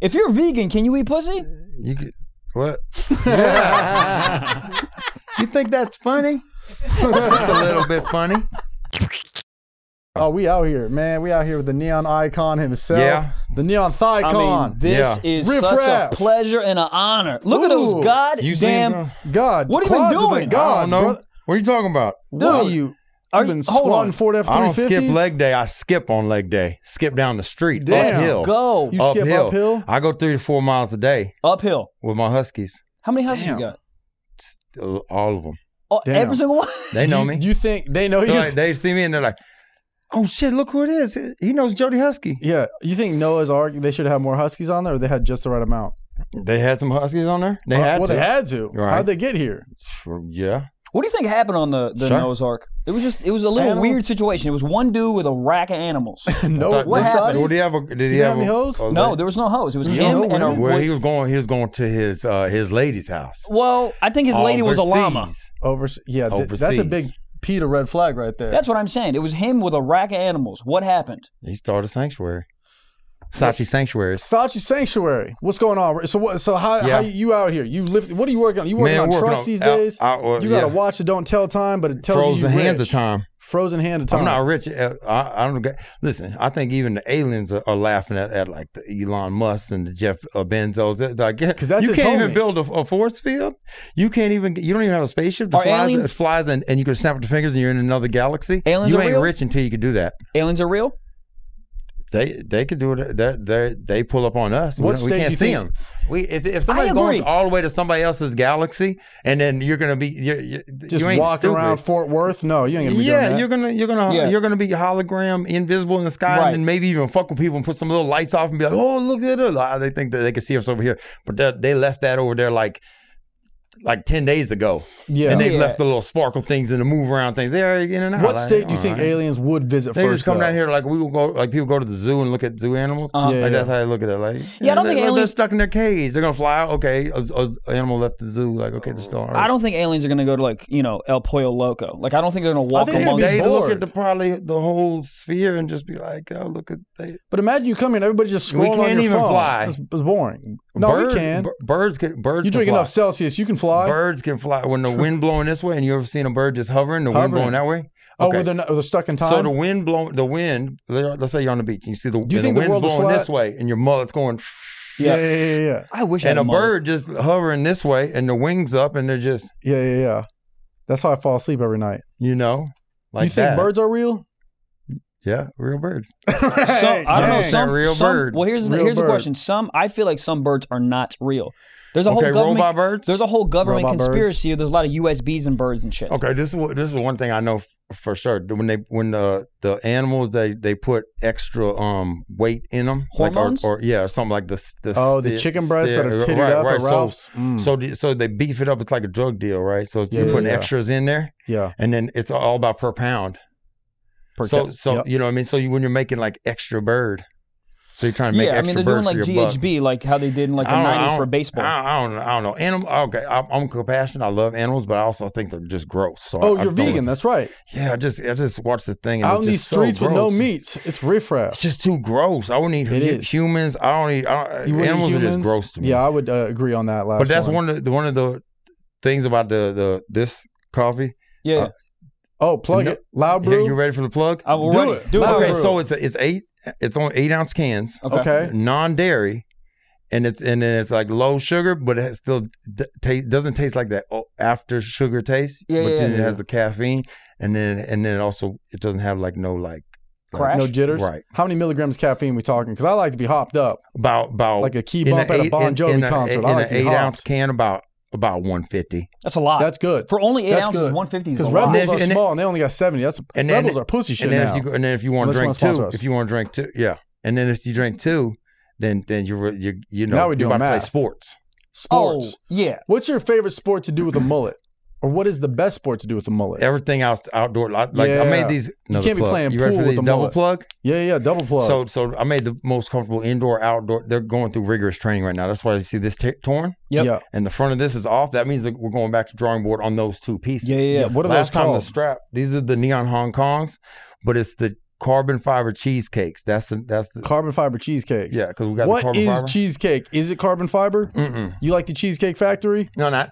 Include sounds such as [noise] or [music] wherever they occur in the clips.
If you're vegan, can you eat pussy? You get, what? [laughs] You think that's funny? That's a little bit funny. Oh, we out here, man. We out here with the neon icon himself. Yeah. The neon thigh I mean, con. this Yeah. is Riff such raff. a pleasure and an honor. Look at those Ooh. You seen? goddamn. uh, God. What are you quads been of the doing? I I don't Gods, know. brother. What are you talking about? What are Dude, you? Are You've you been hold squatting on? Ford F I don't skip 350s? leg day. I skip on leg day. Skip down the street, Damn. uphill. Go You skip uphill. uphill? I go three to four miles a day uphill. with my huskies. How many houses Damn. you got? Uh, All of them. Oh, Damn. every single one. [laughs] They know me. Do you think they know you? They're like, they see me and they're like, "Oh shit, look who it is! He knows Jody Husky." yeah. You think Noah's ark? They should have more huskies on there, or they had just the right amount? They had some Huskies on there. They Uh, had well, to. they had to. Right. How'd they get here? yeah, What do you think happened on the, the Sure. Noah's Ark? It was just it was a little Animal? weird situation. It was one dude with a rack of animals. Noah, Thought- what they- happened? Did he have a? Did he Oh, You have have any a- hoes? a no, lady? there was no hose. It was There's him no and a way. Well, well, he was going. He was going to his uh, his lady's house. I think his lady was a llama. Oh, Overseas. Overse- yeah, th- that's a Overseas. big Peter red flag right there. That's what I'm saying. It was him with a rack of animals. What happened? He started a sanctuary. Sachi Sanctuary. Sachi Sanctuary. What's going on? So what? So how, Yeah. how you out here? You lift. What are you working on? You working Man, on working trucks on- these out- days? out- well, you got to yeah. watch it. Don't tell time, but it tells you. Frozen you hands of rich. time. Frozen hand of time. I'm not rich. Uh, I, I don't get. Listen, I think even the aliens are, are laughing at, at like the Elon Musk and the Jeff uh, Benzos. They're Like, [laughs] because that's you his can't even homie. build a, a force field. You can't even. You don't even have a spaceship that Are flies. alien- it flies and, and you can snap with your fingers and you're in another galaxy. Aliens you are ain't real? rich until you can do that. Aliens are real? They they could do it. They they, they pull up on us. We What don't- we, state can't you see think- them. We if if somebody's going agree. all the way to somebody else's galaxy and then you're gonna be you're, you Just you ain't walking stupid. around Fort Worth. No, you ain't gonna be yeah, doing you're that. gonna you're gonna Yeah. you're gonna be hologram invisible in the sky, Right. and then maybe even fuck with people and put some little lights off and be like, oh look at it. Ah, they think that they can see us over here, but that, they left that over there like like ten days ago, Yeah. and they Yeah. left the little sparkle things and the move around things. They're in and out. what Like, state do you all think right. aliens would visit They first? just come though? down here like we will go like people go to the zoo and look at zoo animals. Uh-huh. Like Yeah, that's yeah. how they look at it. Like Yeah, I don't they, think they're aliens- stuck in their cage. They're gonna fly out. Okay, a, a animal left the zoo. Like okay, they're still. All right. I don't think aliens are going to go to like, you know, El Pollo Loco. Like I don't think they're going to walk think they'd Damn, among be they bored. look at the probably the whole sphere and just be like, oh, look at they. But imagine you come here and everybody just We scrolling on can't your even phone. fly. It's, it's boring. No, Birds- we can. b- birds can. Birds. you can drink fly. enough Celsius, you can fly. Birds can fly when the wind blowing this way, and you ever seen a bird just hovering? The Hovering. wind blowing that way. Oh, Okay. well, they're, not, they're stuck in time. so the wind blowing the wind. Let's say you're on the beach and you see the, and think the the wind world is blowing flat? this way, and your mullet's going. yeah, yeah, yeah, yeah, I wish I and had a mullet. bird just hovering this way and the wings up and they're just yeah, yeah, yeah. That's how I fall asleep every night. you know like you think that. birds are real? [laughs] yeah real birds So, I don't know. Hey, Some, that real some- bird. Well, here's the, Real here's the bird. question. Some I feel like some birds are not real. There's a okay whole government robot birds There's a whole government Robot birds. conspiracy. There's a lot of USBs and birds and shit. okay this is what- this is one thing I know f- for sure when they when the the animals they they put extra um weight in them Hormones? like or, or yeah or something like the s- the Oh, the s- chicken breasts that are yeah, titted right, up right. at So- Ralph's. Mm. so the- so they beef it up it's like a drug deal right so Yeah, you're putting yeah. extras in there yeah. and then it's all about per pound Per so cap- so yep. you know what I mean so you when you're making like extra bird so you're trying to make yeah, I mean extra they're bird doing like for your buck. GHB, like how they did in like the I don't- I '90s for don't- baseball. I, I don't know. I don't know. Animal. Okay, I'm, I'm compassionate. I love animals, but I also think they're just gross. So Oh, I, I you're don't- vegan. That's right. Yeah, I just I just watched this thing. And Out it's in just these so streets with no gross. meats, it's riffraff. It's just too gross. I wouldn't eat It hu- is. humans. I don't eat. I You don't, wouldn't eat animals are just humans? gross to me. Yeah, I would uh, agree on that last but that's one of the one of the things about the the this coffee. yeah, uh, Oh, plug No- it. Loud Yeah, brew. you ready for the plug? I will do ready. it. Do Loud. okay, brew. so it's a, it's eight. It's on eight ounce cans, Okay. okay. non dairy. And it's and then it's like low sugar, but it has still d- ta- doesn't taste like that o- after sugar taste. Yeah, but yeah, then yeah, it yeah. has the caffeine, and then and then it also it doesn't have like no like Crash. No jitters. Right. How many milligrams caffeine we talking? Because I like to be hopped up, about about like a key in bump at a eight- Bon in- Jovi in a- concert. Oh, in I an like to be eight ounce hopped. can about about one fifty, That's a lot. That's good. for only eight That's ounces. good. One fifty is a Because lot. And Rebels then- are and then- small and they only got 70. That's and then- Rebels are pussy and shit then now. if you go, and then if you want to Unless drink you two, wanna sponsor us. if you want to drink two, yeah, and then if you drink two, then then you're you you know Now we're you're doing about to play math. sports. oh Sports. yeah, What's your favorite sport to do with a mullet? Or what is the best sport to do with a mullet? Everything out outdoor like like, I Yeah. made these. another can't be plug. playing you ready pool for with these a double mullet. plug? yeah, yeah, double plug. So, so I made the most comfortable indoor, outdoor. They're going through rigorous training right now. That's why you see this t- torn, yep. yeah. and the front of this is off. That means that we're going back to drawing board on those two pieces. Yeah, yeah, yeah. What are Last those time called? the strap. These are the neon Hong Kongs, but it's the carbon fiber cheesecakes. That's the that's the Carbon fiber cheesecakes. yeah because we got the What carbon is fiber. cheesecake? Is it carbon fiber? Mm-mm. You like the Cheesecake Factory? No, not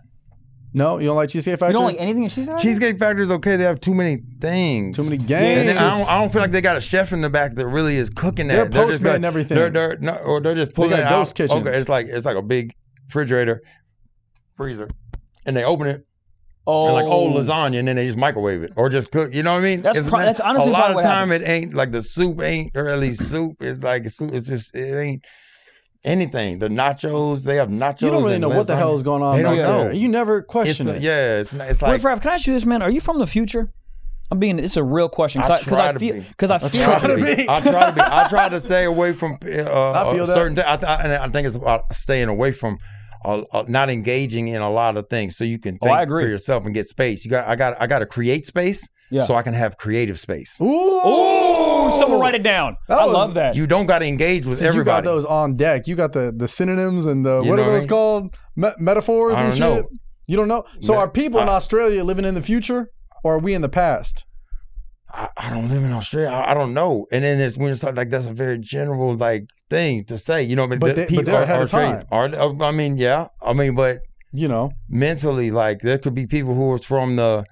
No, you don't like Cheesecake Factory. You don't like anything in cheesecake? cheesecake factory is okay. They have too many things. Too many And games. then I, don't, I don't feel like they got a chef in the back that really is cooking that. They're just postman like- and everything. They're, they're no, or they're just pulling got it out. ghost kitchens. Okay, it's like it's like a big refrigerator, freezer, and they open it Oh, and like oh lasagna, and then they just microwave it or just cook. You know what I mean? That's It's pro- not- that's honestly a lot probably of what time. happens. It ain't like the soup ain't or at least soup. It's like soup. It's just it ain't anything. The nachos they have nachos. you don't really and know what the lasagna. hell is going on. They don't back there. know. You never It's question a, it. yeah, it's not- it's Wait, like Raph, can I ask you this, man? Are you from the future? I'm being. It's a real question I because try I, to feel be. because I feel. try to be. I try to be. I try to stay away from uh, uh, feel that. certain. Th- I, th- I, and I think it's about staying away from. Uh, uh, not engaging in a lot of things, so you can Oh, think I agree. for yourself and get space. You got, I got, I got to create space, Yeah. so I can have creative space. Ooh, Ooh, someone write it down. That I was- love that. You don't got to engage with Since you got everybody. those on deck, you got the the synonyms and the You what know are what I those mean? called Me- metaphors I and shit. don't know. You don't know. So No, are people in I- Australia living in the future, or are we in the past? I, I don't live in Australia. I, I don't know. And then it's when it's like, like that's a very general like thing to say. You know, but, But the they- but people they're are, ahead of are trained. Are, oh, I mean, yeah. I mean, but You know, mentally, like there could be people who are from the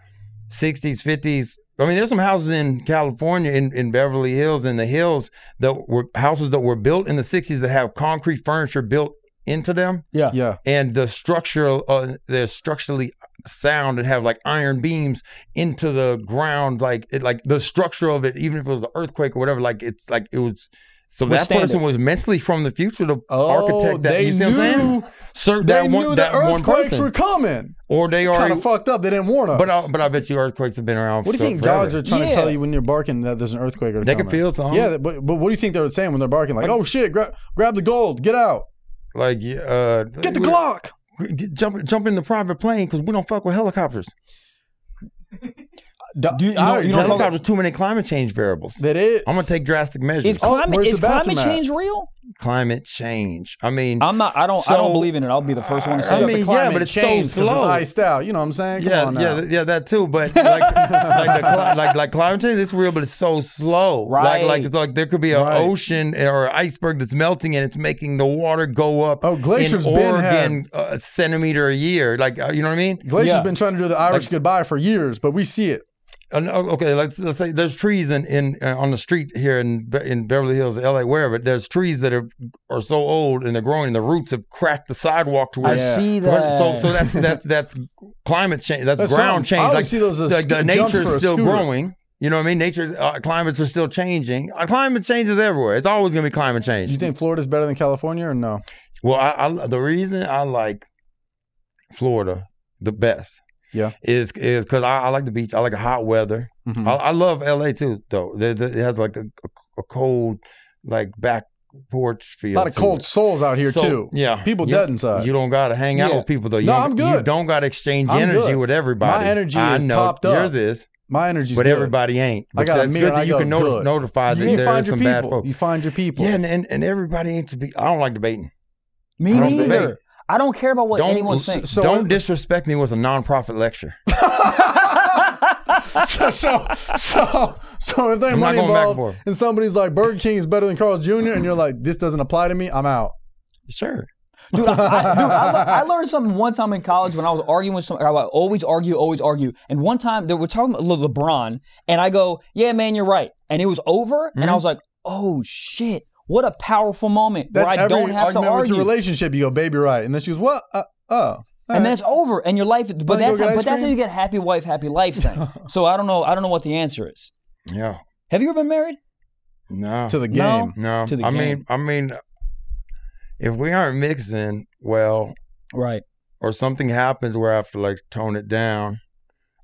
sixties, fifties. I mean, there's some houses in California, in, in Beverly Hills, in the hills that were houses that were built in the sixties that have concrete furniture built into them yeah. yeah. and the structural uh, they're structurally sound and have like iron beams into the ground like it like the structure of it even if it was an earthquake or whatever like it's like it was so that Withstand person it. was mentally from the future the Oh, architect that they you see what I'm knew- saying Sir, They that knew one the that one earthquakes person were coming. or they Kind are of fucked up. They didn't warn us. but I, but I bet you earthquakes have been around what do for you think forever. dogs are trying to Yeah. tell you when you're barking that there's an earthquake or They can feel something. Yeah, but, but what do you think they were saying when they're barking? Like, oh shit, grab grab the gold, get out, like yeah, uh get the Glock. g- jump jump in the private plane cuz we don't fuck with helicopters Do, you- you know- you know- fuck with- helicopters too many climate change variables that is. I'm going to take drastic measures Is climate Oh, where's is the bathroom climate at? change real? climate change. I mean, I'm not. I don't. I So- don't believe in it. I'll be the first uh, one to say. I it. mean, yeah, climate but it's so change 'cause It's slow. iced out. You know what I'm saying? Come yeah, on now. yeah, th- yeah, that too. But like, like, the [laughs] cli- like, like climate change, it's real, but it's so slow. Like, like Right. it's like there could be an Right. ocean or an iceberg that's melting, and it's making the water go up. Oh, glaciers in been Oregon uh, a centimeter a year. Like, uh, you know what I mean? Glacier's Yeah. been trying to do the Irish Like- goodbye for years, but we see it. Uh, no, okay, let's let's say there's trees in in uh, on the street here in Be- in Beverly Hills, L.A., wherever. There's trees that are are so old and they're growing. The roots have cracked the sidewalk to where I see [laughs] that. So, so that's that's that's climate change. That's, That's ground something. change. I always Like, see those as like the sc- jumps nature's for a still scooter. growing. You know what I mean? Nature, uh, climates are still changing. Uh, climate change is everywhere. It's always going to be climate Do change. you think Florida's better than California or no? Well, I, I the reason I like Florida the best, Yeah. is is because I, I like the beach. I like the hot weather. Mhm. I, I love L.A. too, though. The- the- It has like a, a- a cold, like back porch feel. A lot of to cold it. souls out here So, too. Yeah, People you, dead inside. You don't gotta hang out Yeah. with people though. You No, don't- I'm good. You don't gotta exchange I'm energy good. with everybody. My energy I is know topped up. Yours is, My energy's but good. everybody ain't. I But got a that's mirror. good that I you go, can noti- good. notify that You there find is your some bad people. folks. You find your people. Yeah, and, and, and everybody ain't to be. I don't like debating. Me I don't neither. debate. I don't care about what Don't anyone so- [laughs] thinks. so- don't disrespect me with a nonprofit lecture. so, [laughs] so, so, so if there's I'm not going back money and involved forth. and somebody's like Burger King is better than Carl's Jr. and you're like this doesn't apply to me, I'm out. Sure. dude, I, I, dude I, le- I learned something one time in college when I was arguing with some. I would always argue, always argue. And one time they were talking about Le- LeBron, and I go, "Yeah, man, you're right." And it was over, and Hmm? I was like, "Oh shit, what a powerful moment That's where I every don't have to argument with argue." your relationship. You go, baby, right, and then she goes, what? Uh, oh, and then it's over, and your life. But Wanna go that's get how, ice but that's how cream? you get happy wife, happy life [laughs] thing. so I don't know. I don't know what the answer is. Yeah. Have you ever been married? No. to the game. No. no. to the I mean, game. I mean, if we aren't mixing well, Right. or something happens where I have to like tone it down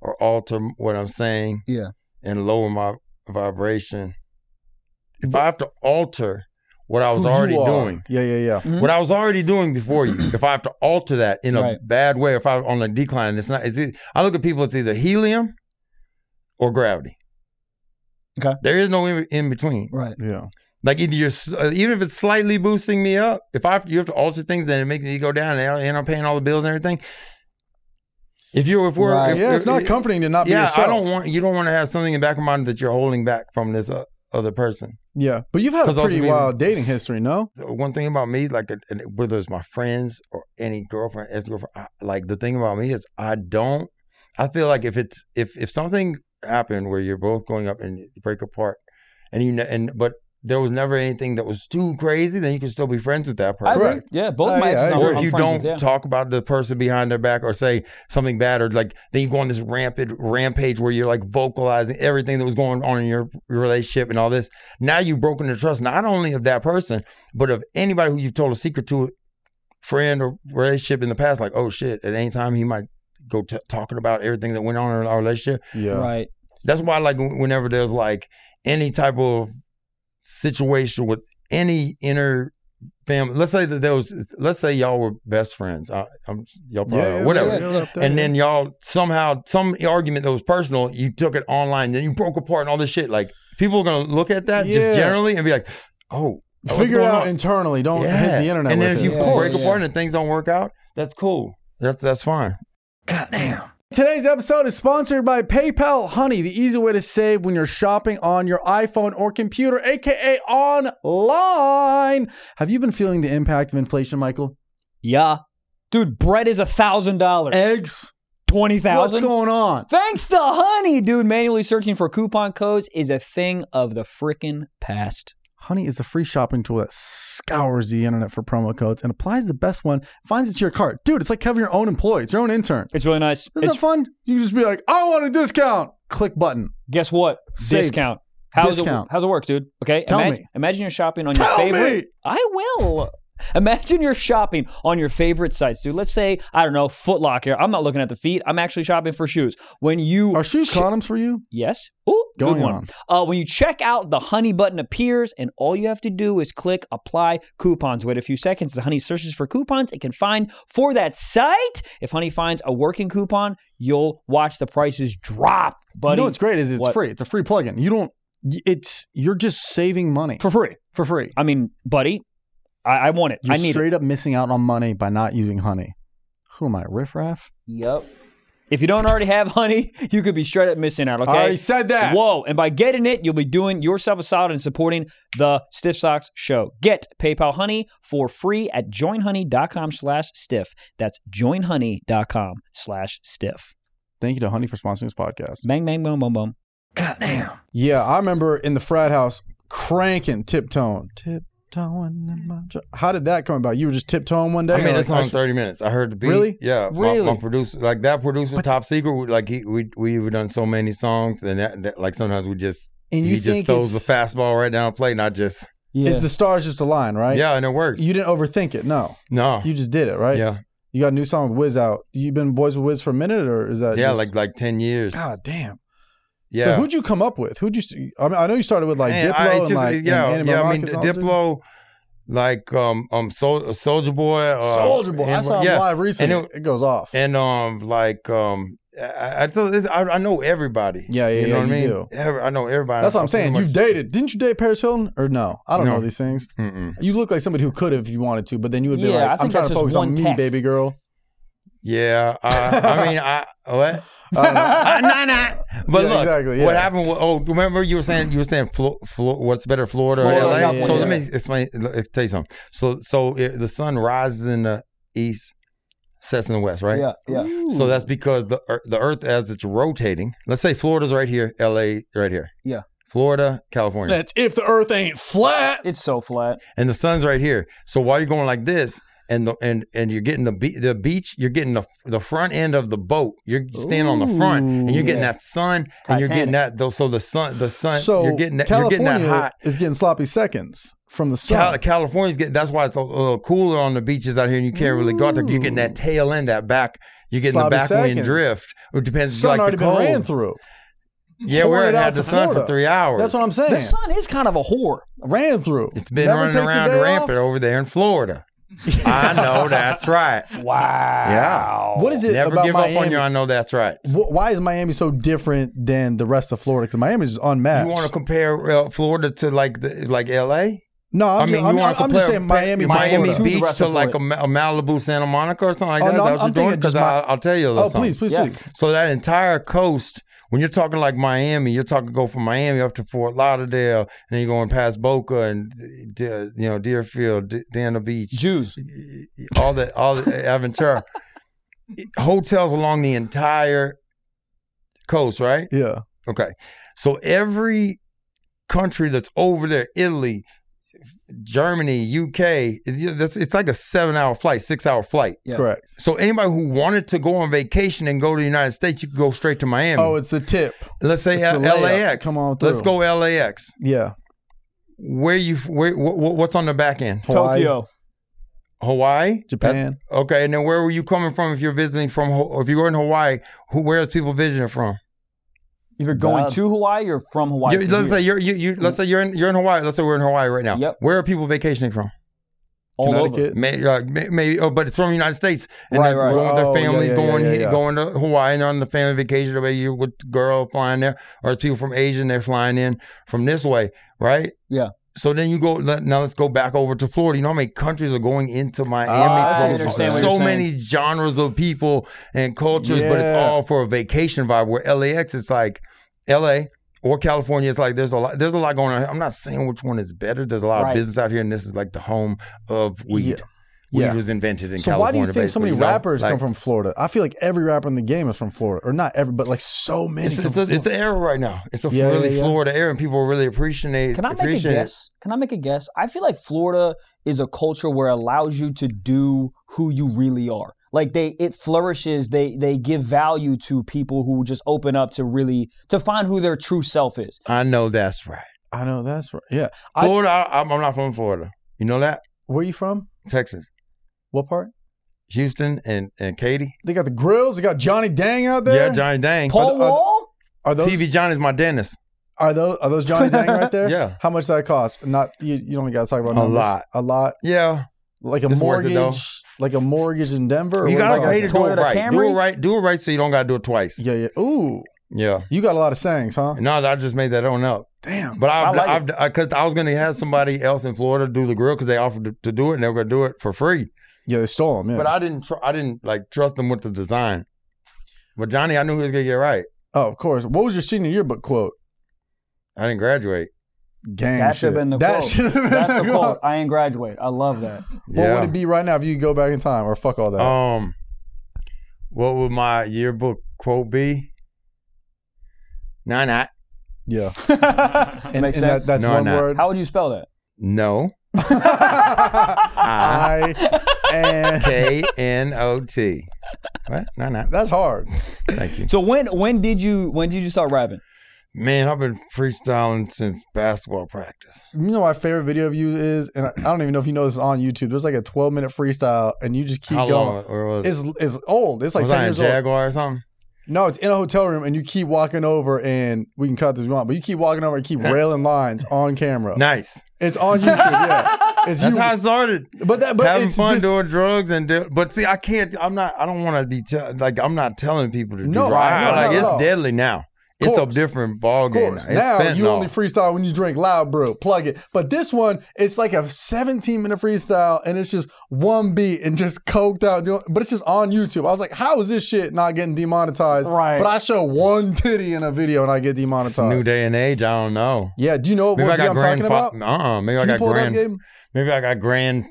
or alter m- what I'm saying Yeah. and lower my vibration. If I have to alter what I was Who you already are. doing, Yeah, yeah, yeah. Mhm. what I was already doing before you, if I have to alter that in a Right. bad way, if I'm on a decline, it's not, it's, e- I look at people, it's either helium or gravity. Okay. There is no in, in between. Right. Yeah. Like either you're, s- uh, even if it's slightly boosting me up, if I have to, you have to alter things, then it makes me go down, and I end up paying all the bills and everything. If you're, if we're, Right. if, Yeah, it's if- not comforting to not be yeah, I yourself. don't want you don't want to have something in the back of mind that you're holding back from this uh, other person. Yeah, but you've had a 'Cause pretty ultimately- wild dating history, no? The One thing about me, like and whether it's my friends or any girlfriend, ex girlfriend, I- like the thing about me is I don't. I feel like if it's if if something happened where you're both going up and you break apart, and you ne- and but there was never anything that was too crazy, then you can still be friends with that I person. agree. Correct. Yeah, both Oh, my yeah, I exes. I'm- Or if I'm you friends don't with, yeah. talk about the person behind their back or say something bad or like then you go on this rampant rampage where you're like vocalizing everything that was going on in your relationship and all this. Now you've broken the trust not only of that person, but of anybody who you've told a secret to, friend or relationship in the past, like, oh shit, at any time he might go t- talking about everything that went on in our relationship. Yeah. Right. That's why, like, w- whenever there's like any type of situation with any inner family, let's say that there was, let's say y'all were best friends. I, I'm y'all probably Yeah, yeah, whatever. yeah, yeah, up there, And yeah. then y'all somehow some argument that was personal, you took it online, then you broke apart and all this shit. Like people are gonna look at that Yeah. just generally and be like, "Oh, what's figure it going out on? internally. Don't hit the internet. And then with if it. you Yeah, break yeah, yeah. apart and things don't work out, that's cool. That's that's fine. Today's episode is sponsored by PayPal Honey, the easy way to save when you're shopping on your iPhone or computer, aka online. Have you been feeling the impact of inflation, Michael? Yeah. Dude, bread is a thousand dollars. Eggs? Twenty What's thousand. going on? Thanks to Honey, dude. Manually searching for coupon codes is a thing of the frickin' past. Honey is a free shopping tool that scours the internet for promo codes and applies the best one, finds it to your cart. Dude, it's like having your own employee, it's your own intern. It's really nice. Isn't It's- that fun? You just be like, I want a discount. Click button. guess what? Saved. Discount. How's Discount. it? How's it work, dude? Okay. Tell imagine, me. Imagine you're shopping on Tell your favorite. me. I will. Imagine you're shopping on your favorite sites, dude. Let's say I don't know Foot Locker. I'm not looking at the feet. I'm actually shopping for shoes. When you Are shoes condoms for you? Yes. Ooh, Going good one. on. Uh, when you check out, the Honey button appears, and all you have to do is click Apply Coupons. Wait a few seconds. The Honey searches for coupons it can find for that site. If Honey finds a working coupon, you'll watch the prices drop, buddy, you know what's great is it's What? free. It's a free plugin. You don't. It's you're just saving money for, for free. free. I mean, buddy, I, I want it. You're I need it. straight up missing out on money by not using Honey. Who am I, riffraff? Yep. If you don't already have Honey, [laughs] you could be straight up missing out. Okay. said Whoa. And by getting it, you'll be doing yourself a solid and supporting the Stiff Socks show. Get PayPal Honey for free at joinhoney.com slash stiff. That's joinhoney.com slash stiff. Thank you to Honey for sponsoring this podcast. Bang, bang, boom, boom, boom. Yeah, I remember in the frat house cranking tiptoeing, tiptoeing. In my dr- How did that come about? You were just tiptoeing one day. I mean, You're that like, song should- thirty minutes. I heard the beat. Really? Yeah. my- My, Really? producer, like that producer, top secret. we- Like he, we we've done so many songs, and that, that- like sometimes we just and you he just think throws the it's- fastball right down the plate, and I just Yeah. [laughs] it's the stars just align, right? yeah, and it works. You didn't overthink it. No, no, you just did it, right? yeah, You got a new song with Wiz out. You been boys with Wiz for a minute, or is that yeah, just- like like ten years. God damn. yeah, So who'd you come up with? Who'd you? I mean, I know you started with like And Diplo I- it's and just- like and yeah, Animal yeah. I mean, Rockets and all that shit. Diplo, like um um Soldier Boy, uh, Soldier Boy. I and- saw him yeah, live recently. And it, goes off. and um like um. I, I, so this- I, I know everybody. Yeah, yeah, You know yeah, what you I mean? do. Every- I know everybody. That's what I I'm saying. pretty You've dated? Didn't you date Paris Hilton? Or no? I don't No. know these things. much- Mm-mm. You look like somebody who could have if you wanted to, but then you would be Yeah, I like, think "I'm trying that's to just focus on one me, text. [laughs] baby girl." Yeah, I, I mean, I what? I don't know. uh, nah, nah. But Yeah, look, exactly, yeah. what happened? wa- oh, remember you were saying you were saying Flo, Flo, what's better, Florida, Florida, or LA? California, so yeah. let me explain. let- Tell you something. So so it, the sun rises in the east, sets in the west, right? Yeah, yeah. So that's because the ear- the Earth as it's rotating. Let's say Florida's right here, LA right here. Yeah. Florida, California, That's if the Earth ain't flat. It's so flat. and the sun's right here. So while you're going like this. And, the, and and you're getting the be- the beach, you're getting the the front end of the boat. You're standing on the front, and you're getting Ooh. that sun, and you're getting that. Though, so the sun, the sun, So you're getting that, you're California getting that hot. is getting sloppy seconds from the sun. Cal- California's getting that's why it's a, little cooler on the beaches out here, and you can't really go out there. You're getting that tail end, that back. You're getting Sloppy the back wind seconds. drift. It depends. sun like already the been cold. ran through. Yeah, poured we're it at out had to the sun for Florida. three hours. That's what I'm saying. The sun is kind of a whore. ran through. It's been Never running takes a around day rampant off. over there in Florida. I know that's [laughs] right. Wow. What is it Never about give Miami? up on you. I know that's right. Wh- why is Miami so different than the rest of Florida? Because Miami is unmatched. You want to compare uh, Florida to like the, like L.A. no, I'm, I ju- mean, I'm, you want I'm, to I'm just compare saying Miami, Miami to Florida. To the Beach rest to of like a, Florida. Ma- a Malibu, Santa Monica, or something like Oh, that. no, That's I'm what you're doing thinking because just my- I'll, I'll tell you a little Oh, something. please, please, Yeah. please. So that entire coast When you're talking like Miami, you're talking go from Miami up to Fort Lauderdale, and then you're going past Boca and De- you know Deerfield, D- Dana Beach, Jews. all the all the [laughs] Aventura hotels along the entire coast, right? Yeah. Okay. So every country that's over there, Italy, Germany, UK, it- that's- it's like a seven hour flight, six hour flight. Yeah. Correct. So anybody who wanted to go on vacation and go to the United States, you could go straight to Miami. Oh, it's the tip. Let's say it's the layup. LAX. Come on Let's through. go LAX. Yeah. Where you? Where? wh- wh- what's on the back end? Hawaii, Tokyo. Hawaii, Japan. Okay, and then where were you coming from if you're visiting from? Ho- If you were in Hawaii, who? Where is people visiting from? If you're going Bad. to Hawaii or from Hawaii. You- to let's here. say you're you, you Mm. let's say you're in you're in Hawaii. Let's say we're in Hawaii right now. Yep. Where are people vacationing from? all over. Connecticut. May, uh, may, may- oh, but it's from the United States, and Right, they're right. going with Oh, their yeah, families, yeah, going yeah, he- yeah. going to Hawaii and on the family vacation. Or maybe you with the girl flying there, or it's people from Asia and they're flying in from this way, right? Yeah. So then you go let- now. Let's go back over to Florida. You know how many countries are going into Miami? Ah, I from understand what so you're saying. many genres of people and cultures, but it's Yeah. all for a vacation vibe. Where LAX, it's like LA. Or California, it's like there's a lot. There's a lot going on. I'm not saying which one is better. There's a lot Right. of business out here, and this is like the home of weed. Yeah. Weed Yeah. was invented in So why California. do you think so many basically, you know? rappers Like, come from Florida? I feel like every rapper in the game is from Florida, or not every, but like so many. It's, come it's, from a, it's an era right now. It's a Yeah, yeah, really yeah. Florida era, and people really appreciate. Can I make a appreciate it. guess? Can I make a guess? I feel like Florida is a culture where it allows you to do who you really are. Like they, it flourishes. They they give value to people who just open up to really to find who their true self is. I know that's right. I know that's right. Yeah. I- Florida. I, I'm I'm not from Florida. You know that Where you from? Texas, What part? Houston, and and Katie. They got the grills. They got Johnny Dang out there. Yeah, Johnny Dang. Paul are the- Wall. Are those TV Johnny's my dentist. are those are those Johnny Dang right [laughs] there? Yeah. How much that cost? Not you. You don't got to talk about A numbers. lot. A lot. Yeah, Like a It's worth it, though. mortgage. Like a mortgage in Denver. or you what am gotta I pay to talking do it Toyota right. Do it Camry? right. Do it right, so you don't gotta do it twice. about? Yeah. Yeah. Ooh. Yeah. You got a lot of sayings, huh? No, I just made that on up. Damn. But I've, I like I've, I, cause I was gonna have somebody else in Florida do the grill because they offered to, to do it and they were gonna do it for free. Yeah, they stole them. Yeah. [laughs] But I didn't, tr- I didn't like trust them with the design. But Johnny, I knew he was gonna get it right. oh, of course. What was your senior yearbook quote? I didn't graduate. Gang That shit. should have been the that quote. should have been That's the quote. quote. I ain't graduate. I love that. What would it be right now if you could go back in time or fuck all that? Um, what would my yearbook quote be? No, not yeah. And, Makes and that, sense. that's No, one not. word. How would you spell that? no. [laughs] I [laughs] and K N O [laughs] T. What? No, not. that's hard. Thank you, So when when did you when did you start rapping? man. I've been freestyling since basketball practice. You know what my favorite video of you is, and I, I don't even know if you know this is on YouTube. There's like a 12 minute freestyle, and you just keep How going. long? Or was It's it's old. It's like was 10 I in years old. Jaguar or something? No, it's in a hotel room, and you keep walking over, and we can cut this if you want, but you keep walking over and [laughs] keep railing lines on camera. Nice. It's on YouTube. [laughs] Yeah, it's That's you. how I started. but that but having it's fun just, doing drugs and do, but see, I can't. I'm not. I don't want to be tell, like I'm not telling people to do No, drugs. right, no, like not at it's all. deadly now. It's a Course. different ball Of game. course. now. Now It's you fentanyl. only freestyle when you drink loud, bro. Plug it. But this one, it's like a 17 minute freestyle, and it's just one beat and just coked out. Doing, but it's just on YouTube. I was like, how is this shit not getting demonetized? Right. But I show one titty in a video and I get demonetized. new day and age. I don't know. yeah. Do you know what Maybe I video got I'm talking about? grandfather. Uh uh Maybe Can I got you pull it up, grand. Gabe? Maybe I got grand.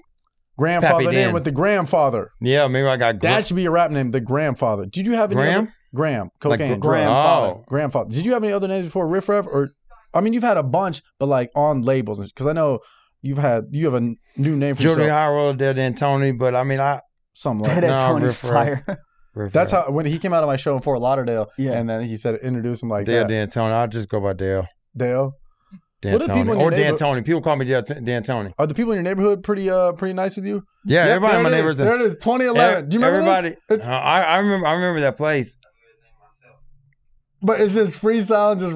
Grandfather in Dan. with the grandfather. Yeah. Maybe I got That grand. should be a rap name, the grandfather. Did you have any Graham? other Graham? like, Cocaine. gr- drugs. Grandfather. Oh. grandfather. Did you have any other names before Riff Raff? Or I mean, you've had a bunch, but like on labels, because I know you've had you have a n- new name for Jody yourself. High Road, Dead Antoni, but I mean, I. Something like Dead that. Nah, at Tony's riff raff. fire. That's how when he came out of my show in Fort Lauderdale, Yeah. and then he said introduce him like Dale that. D'Antoni. I'll just go by Dale. Dale, What do people in D'Antoni. your Or neighbor- D'Antoni. People call me Dale- D'Antoni. are the people in your neighborhood pretty uh pretty nice with you? Yeah. Yep, everybody in my there it is. neighborhood. There it is. 2011. Do you remember this? everybody? It's, Uh, I, I remember. I remember that place. but it's just freestyle and just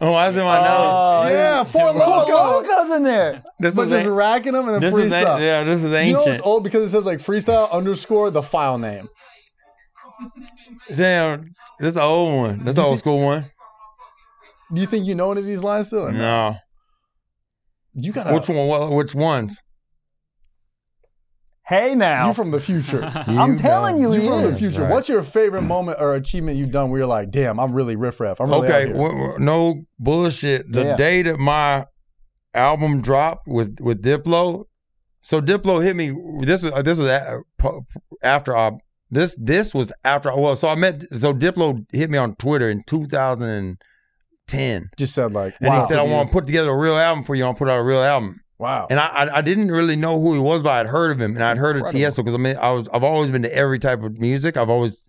Oh, I was in my nose. Oh, yeah, Fort Four Loco. locos in there. This But was just an- racking them and then this is an- freestyle. yeah, this is you know ancient. it's old because it says like freestyle underscore the file name. Damn, this is an old one. This is an old school one. Do you think you know any of these lines still? or not? No, You gotta. which one? What, which ones? Hey now. You from the future. I'm telling you, You he from the is. future. Right. What's your favorite moment or achievement you've done where you're like, damn, I'm really riffraff. I'm really Okay, out here." w- w- no bullshit. The Yeah. day that my album dropped with with Diplo, so Diplo hit me. This was this was a- po- after I this this was after well, so I met so Diplo hit me on Twitter in 2010, Just said like, and wow. he said I want to put together a real album for you. I'll put out a real album, wow. and I I, I didn't really know who he was, but I'd heard of him, and I'd heard Incredible. of Tiesto because I mean I was I've always been to every type of music. I've always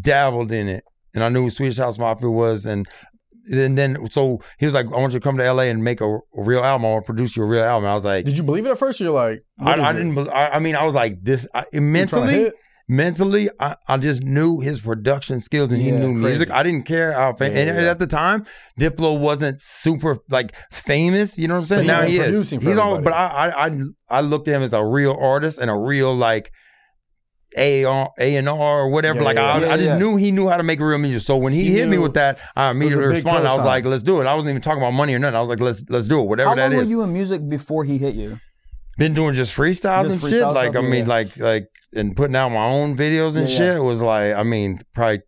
dabbled in it, and I knew who Swedish House Mafia was, and and then so he was like, I want you to come to L.A. and make a, a real album. I want to produce you a real album. I was like, Did you believe it at first? Or you're like, I, what is I this? didn't. bel- I, I mean, I was like this I, You trying to mentally. hit? Mentally, I, I just knew his production skills and he Yeah, knew music. crazy. I didn't care how famous. Yeah, and yeah. at the time, Diplo wasn't super like famous. You know what I'm saying? But now he's been he is. producing for He's all. everybody. But I, I I I looked at him as a real artist and a real like A and R or whatever. Yeah, like yeah, I, yeah. I just Yeah, yeah. knew he knew how to make real music. So when he, He hit me knew- with that, I immediately big responded. I was cosign. like, "Let's do it." I wasn't even talking about money or nothing. I was like, "Let's let's do it." Whatever How that long is were you in music before he hit you? been doing just freestyles Just and shit. freestyle Like I stuff, mean, yeah. like like and putting out my own videos and Yeah, shit. yeah. It was like I mean, probably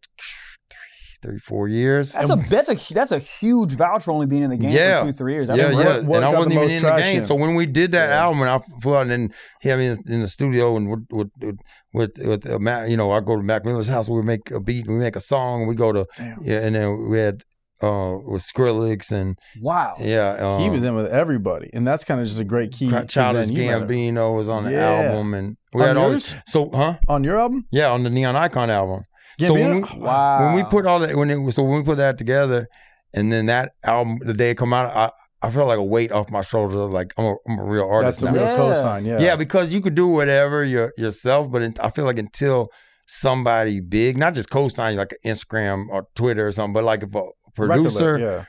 three, three, four years. That's a that's a that's a huge voucher only being in the game Yeah. for two three years. That's Yeah, impressive. yeah, What- what and I got wasn't the even most in the traction? game. So when we did that Yeah. album, and I flew out and he had me in, in the studio, and with with with with, with uh, Matt, you know, I go to Mac Miller's house. We make a beat, we make a song, and we go to Damn. yeah, and then we had uh with Skrillex and Wow. yeah, um, He was in with everybody, and that's kind of just a great key. Cra- to Childish then you met him. Gambino was on the Yeah. album, and we On had all yours? so huh on your album. yeah on the Neon Icon album. So when Gambino? we- Wow. Ah. when we put all that when it was so when we put that together and then that album the day it come out i i felt like a weight off my shoulders I was like i'm a, I'm a real artist that's the now. real Yeah. cosign. Yeah, yeah. because you could do whatever your, yourself but it, i feel like until somebody big not just co-sign like instagram or twitter or something but like if a Record label, producer Yeah,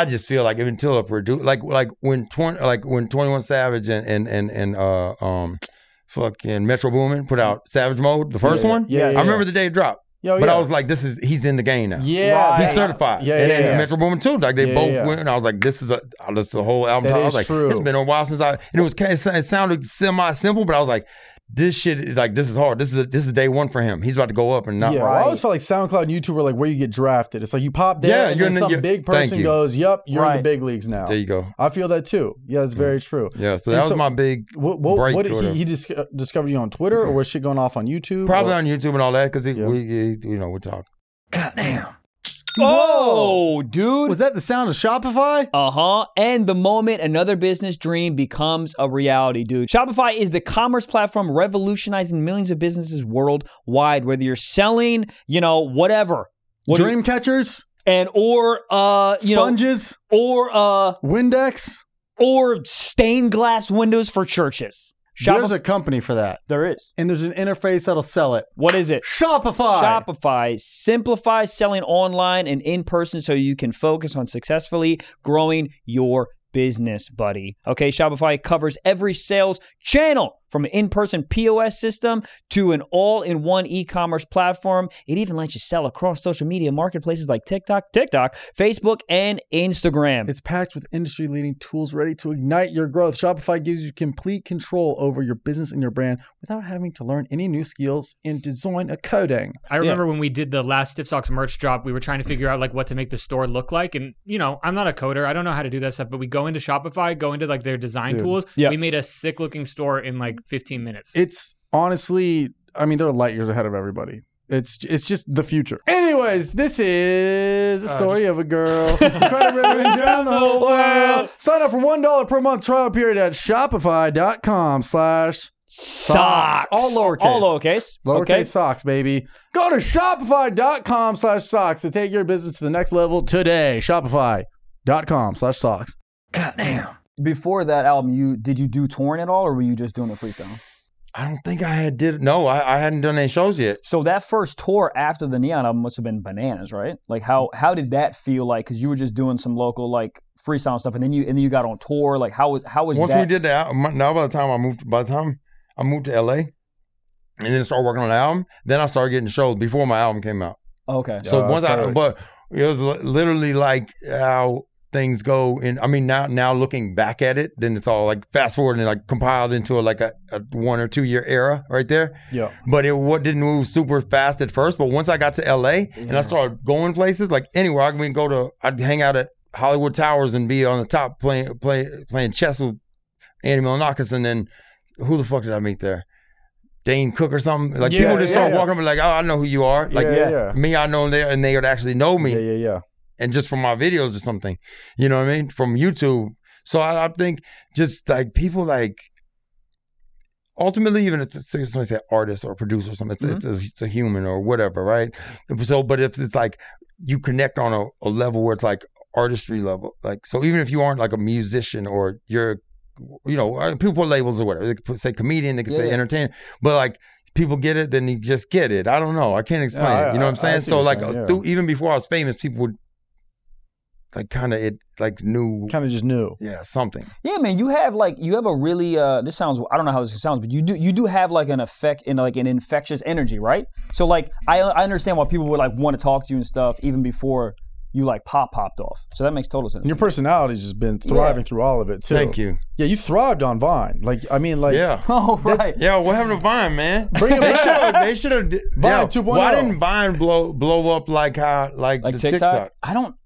i just feel like until a producer like like when 20 like when 21 savage and and and, and uh um fucking metro boomin put out savage mode the first Mm-hmm. Yeah, one Yeah, yeah, i remember the day it dropped Yo, but yeah. I was like, this is he's in the game now. yeah, Right. Yeah. He's that- certified. Yeah, and, yeah, and yeah. Metro Boomin too. Like they Yeah, both yeah. went, and I was like, this is a uh, this is the whole album. That I was is like, true. it's been a while since I. And it was kind of, it sounded semi simple, but I was like, this shit, is- like this is hard. This is a, this is day one for him. He's about to go up and not. yeah, well, I always felt like SoundCloud and YouTube were like where you get drafted. It's like you pop there, Yeah, and you're then in the- some you're- big thank person you. goes, "Yep, you're in the Right. big leagues now." There you go. I feel that too. Yeah, that's very true. Yeah. So And that so- was my big What, what, Mm. break. what did or he, whatever. he dis- uh, discovered you on Twitter, or was shit going off on YouTube? Probably or- on YouTube and all that because Yeah. we he- you know we talk. Whoa, dude. Was that the sound of Shopify? Uh huh. And the moment another business dream becomes a reality, dude. Shopify is the commerce platform revolutionizing millions of businesses worldwide, whether you're selling, you know, whatever. What do you- Dream catchers, and or uh you know sponges, or uh Windex. or stained glass windows for churches. There's Shopify a company for that, there is. and there's an interface that'll sell it. What is it? Shopify. Shopify simplifies selling online and in person so you can focus on successfully growing your business, buddy. Okay, Shopify covers every sales channel from an in person POS system to an all in one e commerce platform. It even lets you sell across social media marketplaces like TikTok, TikTok, Facebook, and Instagram. It's packed with industry leading tools ready to ignite your growth. Shopify gives you complete control over your business and your brand without having to learn any new skills in design or coding. I remember when we did the last Stiff Socks merch drop, we were trying to figure out like what to make the store look like. And you know, I'm not a coder, I don't know how to do that stuff, but we go into Shopify, go into like their design Dude. tools. Yeah. We made a sick looking store in like 15 minutes. It's honestly, I mean, they're light years ahead of everybody. It's it's just the future. Anyways, this is a story of a girl who cried a river and drowned the whole world. Sign up for one dollar per month trial period at Shopify.com slash socks. all lowercase. All lowercase. Lowercase Okay. socks, baby. Go to Shopify.com slash socks to take your business to the next level today. Shopify.com slash socks. Before that album, you did you do touring at all or were you just doing a freestyle? I don't think I had did no I, I hadn't done any shows yet. So that first tour after the Neon album must have been bananas, right? Like how how did that feel like? Because you were just doing some local like freestyle stuff, and then you and then you got on tour. Like how was how was Once that? we did that, now by the time I moved, by the time I moved to LA, and then started working on the album, then I started getting shows before my album came out. okay, So Yeah, once I, totally. but it was li- literally like how things go in i mean now now looking back at it then it's all like fast forward and like compiled into a, like a, a one or two year era right there Yeah. but it what didn't move super fast at first but once i got to la and i started going places like anywhere i can go to i'd hang out at hollywood towers and be on the top playing play, playing chess with andy milonakis and then who the fuck did i meet there Dane Cook or something like Yeah, people just yeah, start yeah. walking up and like oh I know who you are like yeah, yeah. me I know there and they would actually know me Yeah, yeah, yeah. and just from my videos or something. You know what I mean? From YouTube. So I, I think just like people like ultimately even if it's somebody say artist or producer or something, it's, Mm-hmm. it's, a, it's a human or whatever, right? So but if it's like you connect on a, a level where it's like artistry level, like so even if you aren't like a musician or you're you know, uh, people put labels or whatever. They could put, say comedian, they could Yeah, say yeah. entertainer, but like people get it, then you just get it. I don't know. I can't explain Yeah, I- it. You know what I'm I- I saying? see so what like uh, you're saying, yeah. through, even before I was famous, people would like kind of it like new Kind of just knew. yeah something Yeah, man, you have like you have a really uh this sounds I don't know how this sounds, but you do you do have like an effect in like an infectious energy, right? So like I I understand why people would like want to talk to you and stuff even before you like pop popped off. So that makes total sense. And your personality's just been thriving through all of it too. thank you Yeah, you thrived on Vine. Like, I mean, like, yeah [laughs] oh right. yeah what happened to vine man [laughs] bring it they back. should have they should have Vine oh. 2.0. why didn't vine blow blow up like how like, Like the TikTok? tiktok, I don't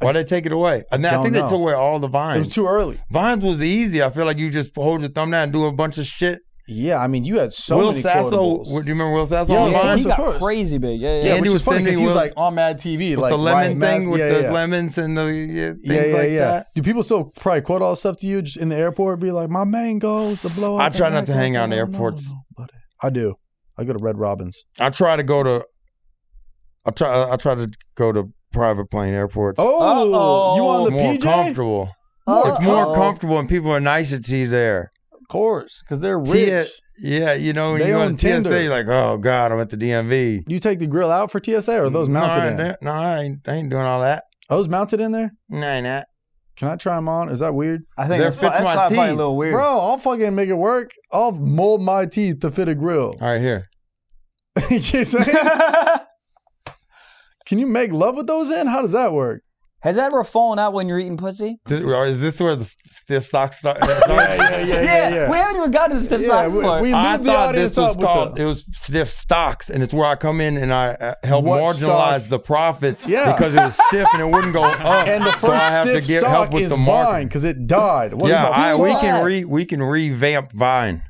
why they take it away and i don't think they know. took away all the It vines was too early. vines was easy i feel like you just hold your thumb down and do a bunch of shit Yeah, I mean, you had so will many sasso quotables. do you remember will sasso Yeah, on yeah, vine he of got course. crazy big. Yeah, yeah. yeah, Andy which was is funny sending because he was Will- like on Mad TV, like the lemon Ryan Mas- thing with yeah, the yeah. lemons and the yeah, things Yeah, yeah, like yeah. that Do people still probably quote all that stuff to you just in the airport? Be like, my mangoes, the blow. I up try and not that to kind of hang out thing." in I don't know, airports. nobody. I do. I go to Red Robin's. i try to go to i try i try to go to private plane airports Oh, Uh-oh. you on it's the more PJ? comfortable. It's more comfortable and people are nicer to you there. Of course, because they're rich. T- yeah, you know, when They you go own to TSA, Tinder. you're like, oh God, I'm at the DMV. You take the grill out for TSA or are those mounted in? no, I, ain't- no, I ain't, I ain't doing all that. Are those mounted in there? No, I ain't that. Can I try them on? Is that weird? I think There that's, pro- fits that's my probably, teeth. a little weird. Bro, I'll fucking make it work. I'll mold my teeth to fit a grill. All right, here. [laughs] [laughs] You saying? [laughs] Can you make love with those in? How does that work? Has that ever fallen out when you're eating pussy? This, or is this where the s- stiff socks [laughs] start? yeah, yeah, [laughs] yeah. we haven't even gotten to the stiff Yeah, socks we- part. we- I leave the thought this audience up was with called the- it was stiff stocks, and it's where I come in and I uh, help What marginalize stocks? the profits Yeah. because it was stiff and it wouldn't [laughs] go up. And the first so I have stiff to get help stock with is the market. Vine because it died. What Yeah, about I, we can Vine? re we can revamp Vine.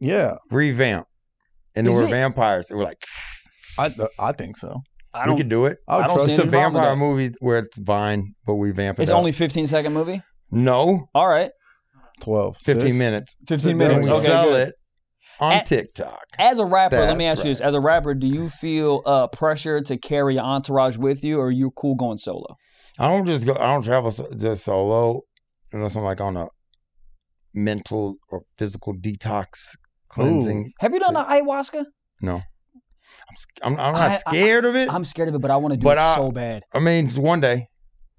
Yeah, revamp. And there Is were it- vampires. And we're like, I uh, I think so. I we don't. can do it. I I would don't trust It's see a any problem with vampire that. movie where it's Vine, but we vamp it It's up. only 15 second movie. no, All right, twelve. 15 Six? minutes. 15 Then And minutes. we Okay, sell good. it on At- TikTok. As a rapper, let me That's ask you this: As a rapper, do you feel uh, pressure to carry your entourage with you, or are you cool going solo? I don't just go, I don't travel so, just solo unless I'm like on a mental or physical detox cleansing. Have you done an ayahuasca? I'm, I'm not I- I- scared of it. I, I'm scared of it, but I want to do But it I- so bad. mean, it's one day.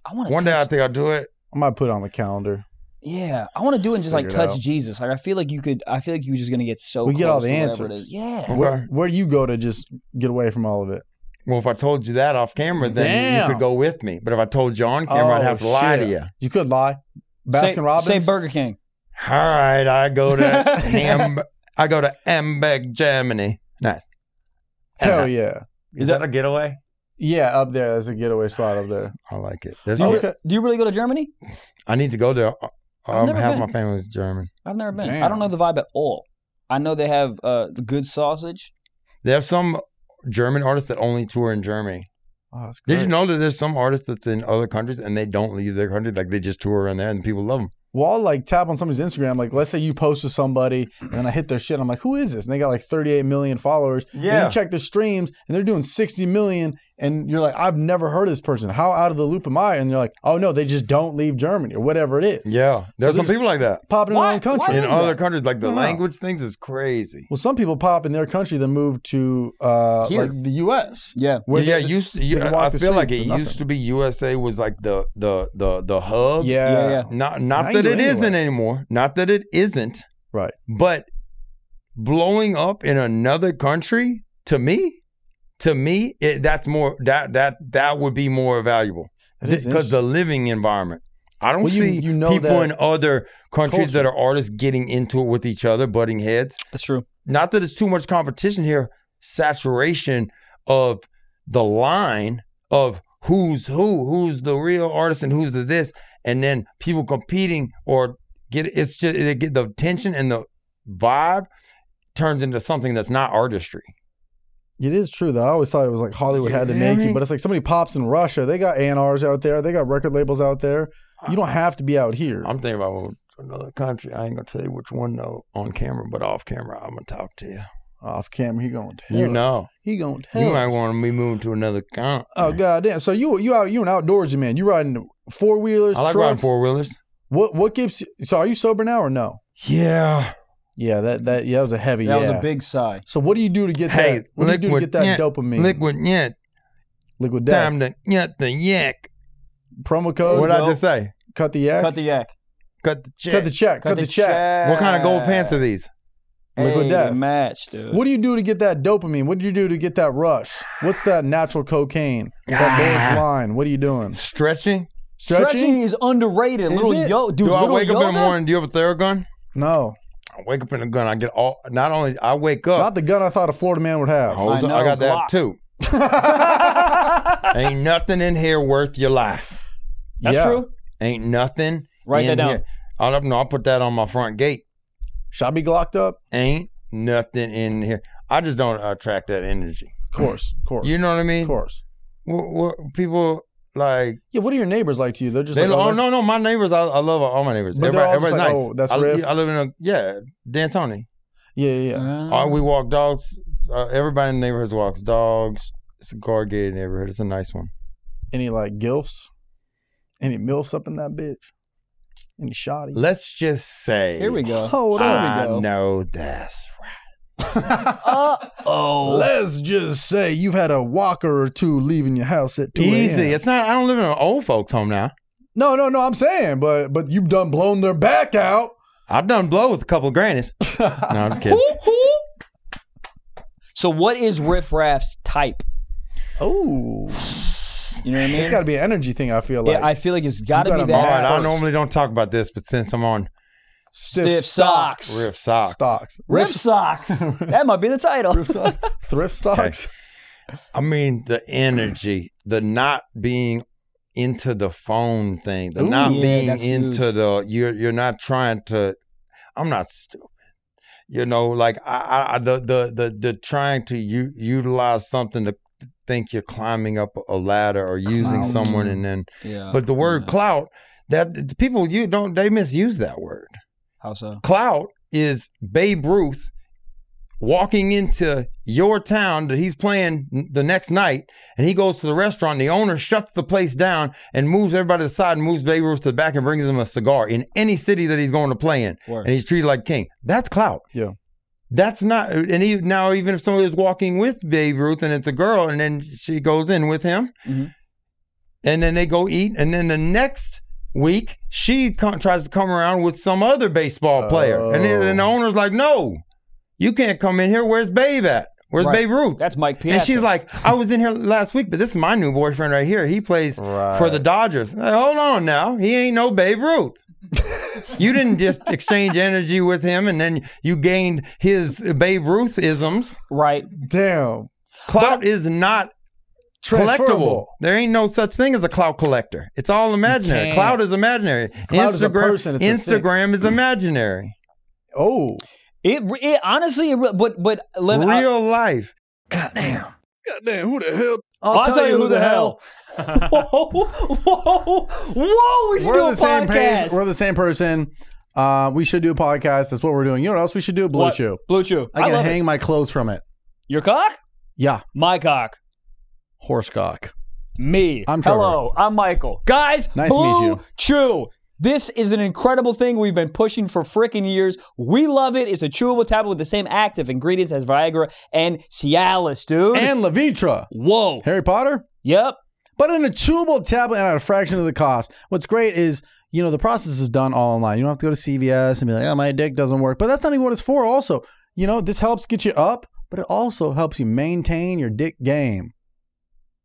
I want to. One day I touch, think I'll do it. I might put it on the calendar. yeah, I want to do it and just like Figure it touch out. Jesus. Like I feel like you could. I feel like you're just gonna get so. We get all close the to whatever answers. It is. Yeah. Okay. Where, where do you go to just get away from all of it? Well, if I told you that off camera, then Damn. you could go with me. But if I told you on camera, I'd Oh, have to lie to shit. you. You could lie. Baskin say, Robbins. Say Burger King. All right, I go to Ham. I go to Amberg, Germany. Nice. Hell yeah. Is that a getaway? Yeah, up there. That's a getaway spot up there. I like it. There's Okay. Do you really go to Germany? I need to go there. Um, never half been. my family's German. I've never been. I Damn. don't know the vibe at all. I know they have uh, the good sausage. They have some German artists that only tour in Germany. Oh, that's Did great. you know that there's some artists that's in other countries and they don't leave their country? Like they just tour around there and people love them. Well, I'll like tap on somebody's Instagram. Like, let's say you post to somebody, and then I hit their shit. I'm like, who is this? And they got like 38 million followers. And then Yeah. you check their streams, and they're doing 60 million. And you're like, I've never heard of this person. How out of the loop am I? And they're like, oh no, they just don't leave Germany or whatever it is. Yeah, there's some there's- people like that Popping Why- in their own country. why in is other that? countries. Like the No, no. language things is crazy. well, some people pop in their country, then move to uh, Here. like the US. Yeah. where yeah, they- used to, you, can walk I the feel like streets it and nothing. used to be USA was like the the the the hub. Yeah. Yeah, yeah. Not not Now you that do it anyway. not anymore. Not that it isn't, Right. but blowing up in another country to me, to me, it, that's more that that that would be more valuable. It is because the living environment. I don't Well, you- see you know people that in other countries culture. that are artists getting into it with each other, butting heads. That's true. Not that it's too much competition here, saturation of the line of who's who, who's the real artist and who's the this, and then people competing or get it's just they get the tension and the vibe turns into something that's not artistry. It is true though. I always thought it was like Hollywood You had to hear make me? you, but it's like somebody pops in Russia. They got ANRs out there. They got record labels out there. You don't have to be out here. Uh-huh. I'm thinking about another country. I ain't gonna tell you which one though on camera, but off camera I'm gonna talk to you. Off camera, he going to You hell. know, he going to you hell. might want to be moved to another country. Oh goddamn! So you you out you an outdoorsy man. You riding four wheelers. I like trucks. riding four wheelers. What what gives? You, so are you sober now or no? Yeah, Yeah, that that yeah that was a heavy. That was yeah. a big sigh. So what do you do to get Hey, that? What do you do to liquid- get that yeah, dopamine? liquid yet. liquid death. Time to yet the yak. Promo code. What What'd did I go. just say? cut the yak. Cut the yak. Cut the check. Cut the check. Cut, the, check. what kind of gold pants are these? Liquid Hey, death. match, dude. What do you do to get that dopamine? What do you do to get that rush? What's that natural cocaine? That Lord's line. What are you doing? Stretching. Stretching? Ah. Stretching? is underrated. Is little it? yo, dude. do I Little wake up in the Yoda? [laughs] morning? Do you have a Theragun? No, I wake up in a gun. I get all. Not only I wake up. not the gun I thought a Florida man would have. Hold I on, know, got that Glock. [laughs] too. Ain't nothing in here worth your life. That's Yeah. true. Ain't nothing. Write that in down. Here. I'll, no, I'll put that on my front gate. Should I be glocked up? ain't nothing in here. I just don't attract that energy. Of course, of course, You know what I of mean? course. What, what people like? Yeah. What are your neighbors like to you? They're just They, like, oh that's- no, no, my neighbors. I, I love all my neighbors. But they're Everybody, all everybody's nice. just like, oh, that's I, Riff. I live in a yeah, D'Antoni. Yeah, yeah, yeah. Uh, Uh, we walk dogs. Uh, everybody in the neighborhood walks dogs. It's a guard gated neighborhood. It's a nice one. Any like gilfs? Any milfs up in that bitch? Any shoddy? Let's just say. Here we go. Hold Here I we go. know that's right. Oh, [laughs] Let's just say you've had a walker or two leaving your house at two Easy. a.m. It's not. I don't live in an old folks home now. No, no, no. I'm saying, but but you've done blown their back out. I've done blow with a couple of grannies. [laughs] no, I'm just kidding. so what is Riff Raff's type? Oh, You know what I mean? it's got to be an energy thing. I feel like yeah, I feel like it's got to gotta be All that. right. I First. normally don't talk about this, but since I'm on stiff, Stiff socks. Riff Socks. stocks, Riff [laughs] socks. that might be the title. Riff sock- thrift socks. I mean, the energy, the not being into the phone thing, the Ooh, not yeah, being that's huge. into the you're you're not trying to. I'm not stupid, you know. Like I, I I- the the the the trying to u- utilize something to think you're climbing up a ladder or using Clout. someone, and then Yeah. but the word Mm-hmm. Uh, yeah. clout that people you don't they misuse that word. How so? Clout is Babe Ruth walking into your town that he's playing n- the next night, and he goes to the restaurant. The owner shuts the place down and moves everybody to the side and moves Babe Ruth to the back and brings him a cigar in any city that he's going to play in, Word. and he's treated like king. That's clout. Yeah. That's not, and he, now even if somebody was walking with Babe Ruth and it's a girl, and then she goes in with him, Mhm. and then they go eat, and then the next week she co- tries to come around with some other baseball player, and then Oh. and the owner's like, "No, you can't come in here. Where's Babe at? Where's Right. Babe Ruth?" That's Mike Piazza. and she's like, "I was in here last week, but this is my new boyfriend right here. He plays for the Dodgers." Like, Hold on now, he ain't no Babe [laughs] Ruth. you didn't just exchange energy with him, and then you gained his Babe Ruth isms. right. Damn, Clout is not Transferable. collectible. There ain't no such thing as a cloud collector. It's all imaginary. can't. Cloud is imaginary. Cloud is a person. It's a thing. Mm. Instagram is imaginary. Oh, It, it honestly, it, re- but but let me- I- Real life. goddamn! Who the hell? I'll, tell, you who the hell. [laughs] whoa, whoa, whoa! We should We're do on a the same podcast. page. We're the same person. Uh, we should do a podcast. That's what we're doing. You know what else we should do? Blue What? Chew. Blue Chew. I I, can love hang it. my clothes from it. Your cock, Yeah, my cock, horse cock. me. I'm Trevor. hello. I'm Michael. Guys, Nice to Blue meet you. Chew. This is an incredible thing we've been pushing for freaking years. We love it. It's a chewable tablet with the same active ingredients as Viagra and Cialis, dude. And Levitra. whoa. Harry Potter? Yep. But in a chewable tablet and at a fraction of the cost. What's great is, you know, the process is done all online. You don't have to go to CVS and be like, oh, my dick doesn't work. But that's not even what it's for, also. You know, this helps get you up, but it also helps you maintain your dick game.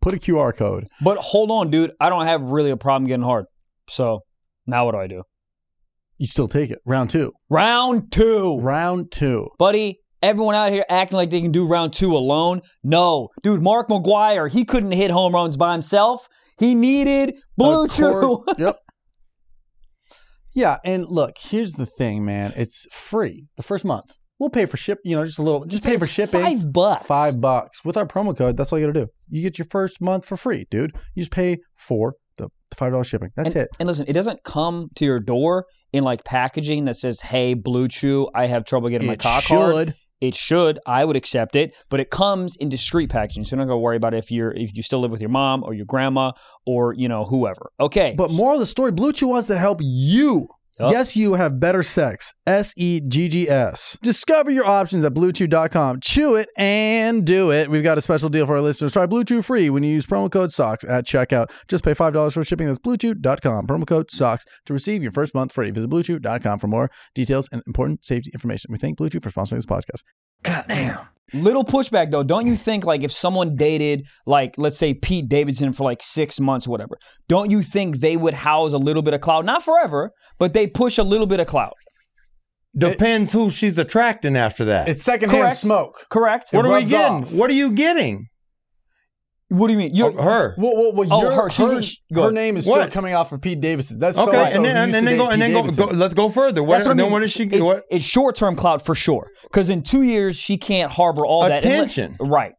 Put a QR code. But hold on, dude. I don't have really a problem getting hard. So now what do I do? You still take it. Round two. Round two. Round two. Buddy, everyone out here acting like they can do round two alone. No. Dude, Mark McGuire, he couldn't hit home runs by himself. He needed Blue A core- [laughs] Chew. yep. Yeah, and look, here's the thing, man. It's free the first month. We'll pay for ship, you know, just a little, just pay for shipping. Five bucks. Five bucks with our promo code. That's all you got to do. You get your first month for free, dude. You just pay for the the five dollars shipping. That's and, it. And listen, it doesn't come to your door in like packaging that says, "Hey, Blue Chew, I have trouble getting my It cock hard." should. It should. I would accept it, but it comes in discreet packaging, so you're not gonna worry about it if you're if you still live with your mom or your grandma or you know whoever. Okay, But moral of the story, Blue Chew wants to help you. Yup. Yes, you have better sex. S E G G S. Discover your options at bluechew.com. Chew it and do it. We've got a special deal for our listeners. Try Blue Chew free when you use promo code SOCKS at checkout. Just pay $5 for shipping. That's bluechew.com. Promo code SOCKS to receive your first month free. Visit bluechew.com for more details and important safety information. We thank Blue Chew for sponsoring this podcast. Little pushback though, don't you think like if someone dated like let's say Pete Davidson for like six months or whatever, don't you think they would house a little bit of clout? Not forever, but they push a little bit of clout. Depends who she's attracting after that. It's secondhand Correct. smoke. Correct? what it are we rubs getting? off. What are you getting? What do you mean? Oh, You're, her. Well, well, well Oh, your- her- her, she's- her, she- go ahead. name is What? still coming off of Pete Davidson. That's Okay, so and then and, then go and then go, go. Let's go further. What, That's what I then mean. what is she? It's, What it's short-term clout for sure, because in two years she can't harbor all that unless- Attention. right?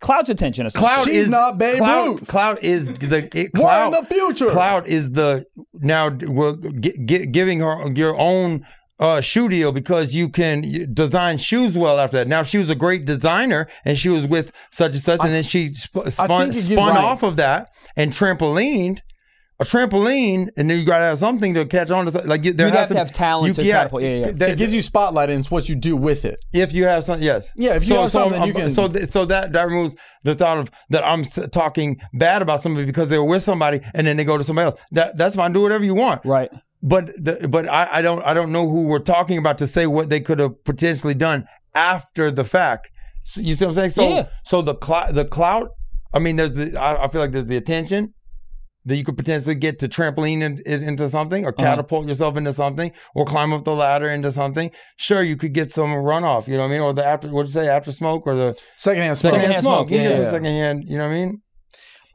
Clout's attention. Essentially. cloud She's is not Babe cloud, Ruth. cloud is the it, We're in cloud. the future. Cloud is the now well, gi- gi- giving her your own uh, shoe deal because you can y- design shoes well after that. Now, if she was a great designer and she was with such and such, and then she sp- spun, think it gives spun Ryan- off of that and trampolined. A trampoline, and then you gotta have something to catch on to. Like you, there You'd has have to have talent to catapult- yeah, yeah, yeah. that- It gives you spotlight and it's what you do with it. if you have something, yes. Yeah, if you have something, you can- So, th- so that that removes the thought of that I'm s- talking bad about somebody because they were with somebody and then they go to somebody else. That that's fine. Do whatever you want. Right. But the, but I, I don't I don't know who we're talking about to say what they could have potentially done after the fact. So, you see what I'm saying? So Yeah. so the clou- the clout. I mean, there's the I, I feel like there's the attention that you could potentially get to trampoline in, it into something Uh-huh. or catapult yourself into something or climb up the ladder into something. Sure, you could get some runoff, you know what I mean? Or the after, what you say, after smoke or the Secondhand smoke. secondhand smoke. smoke, You can get yeah. some secondhand, you know what I mean?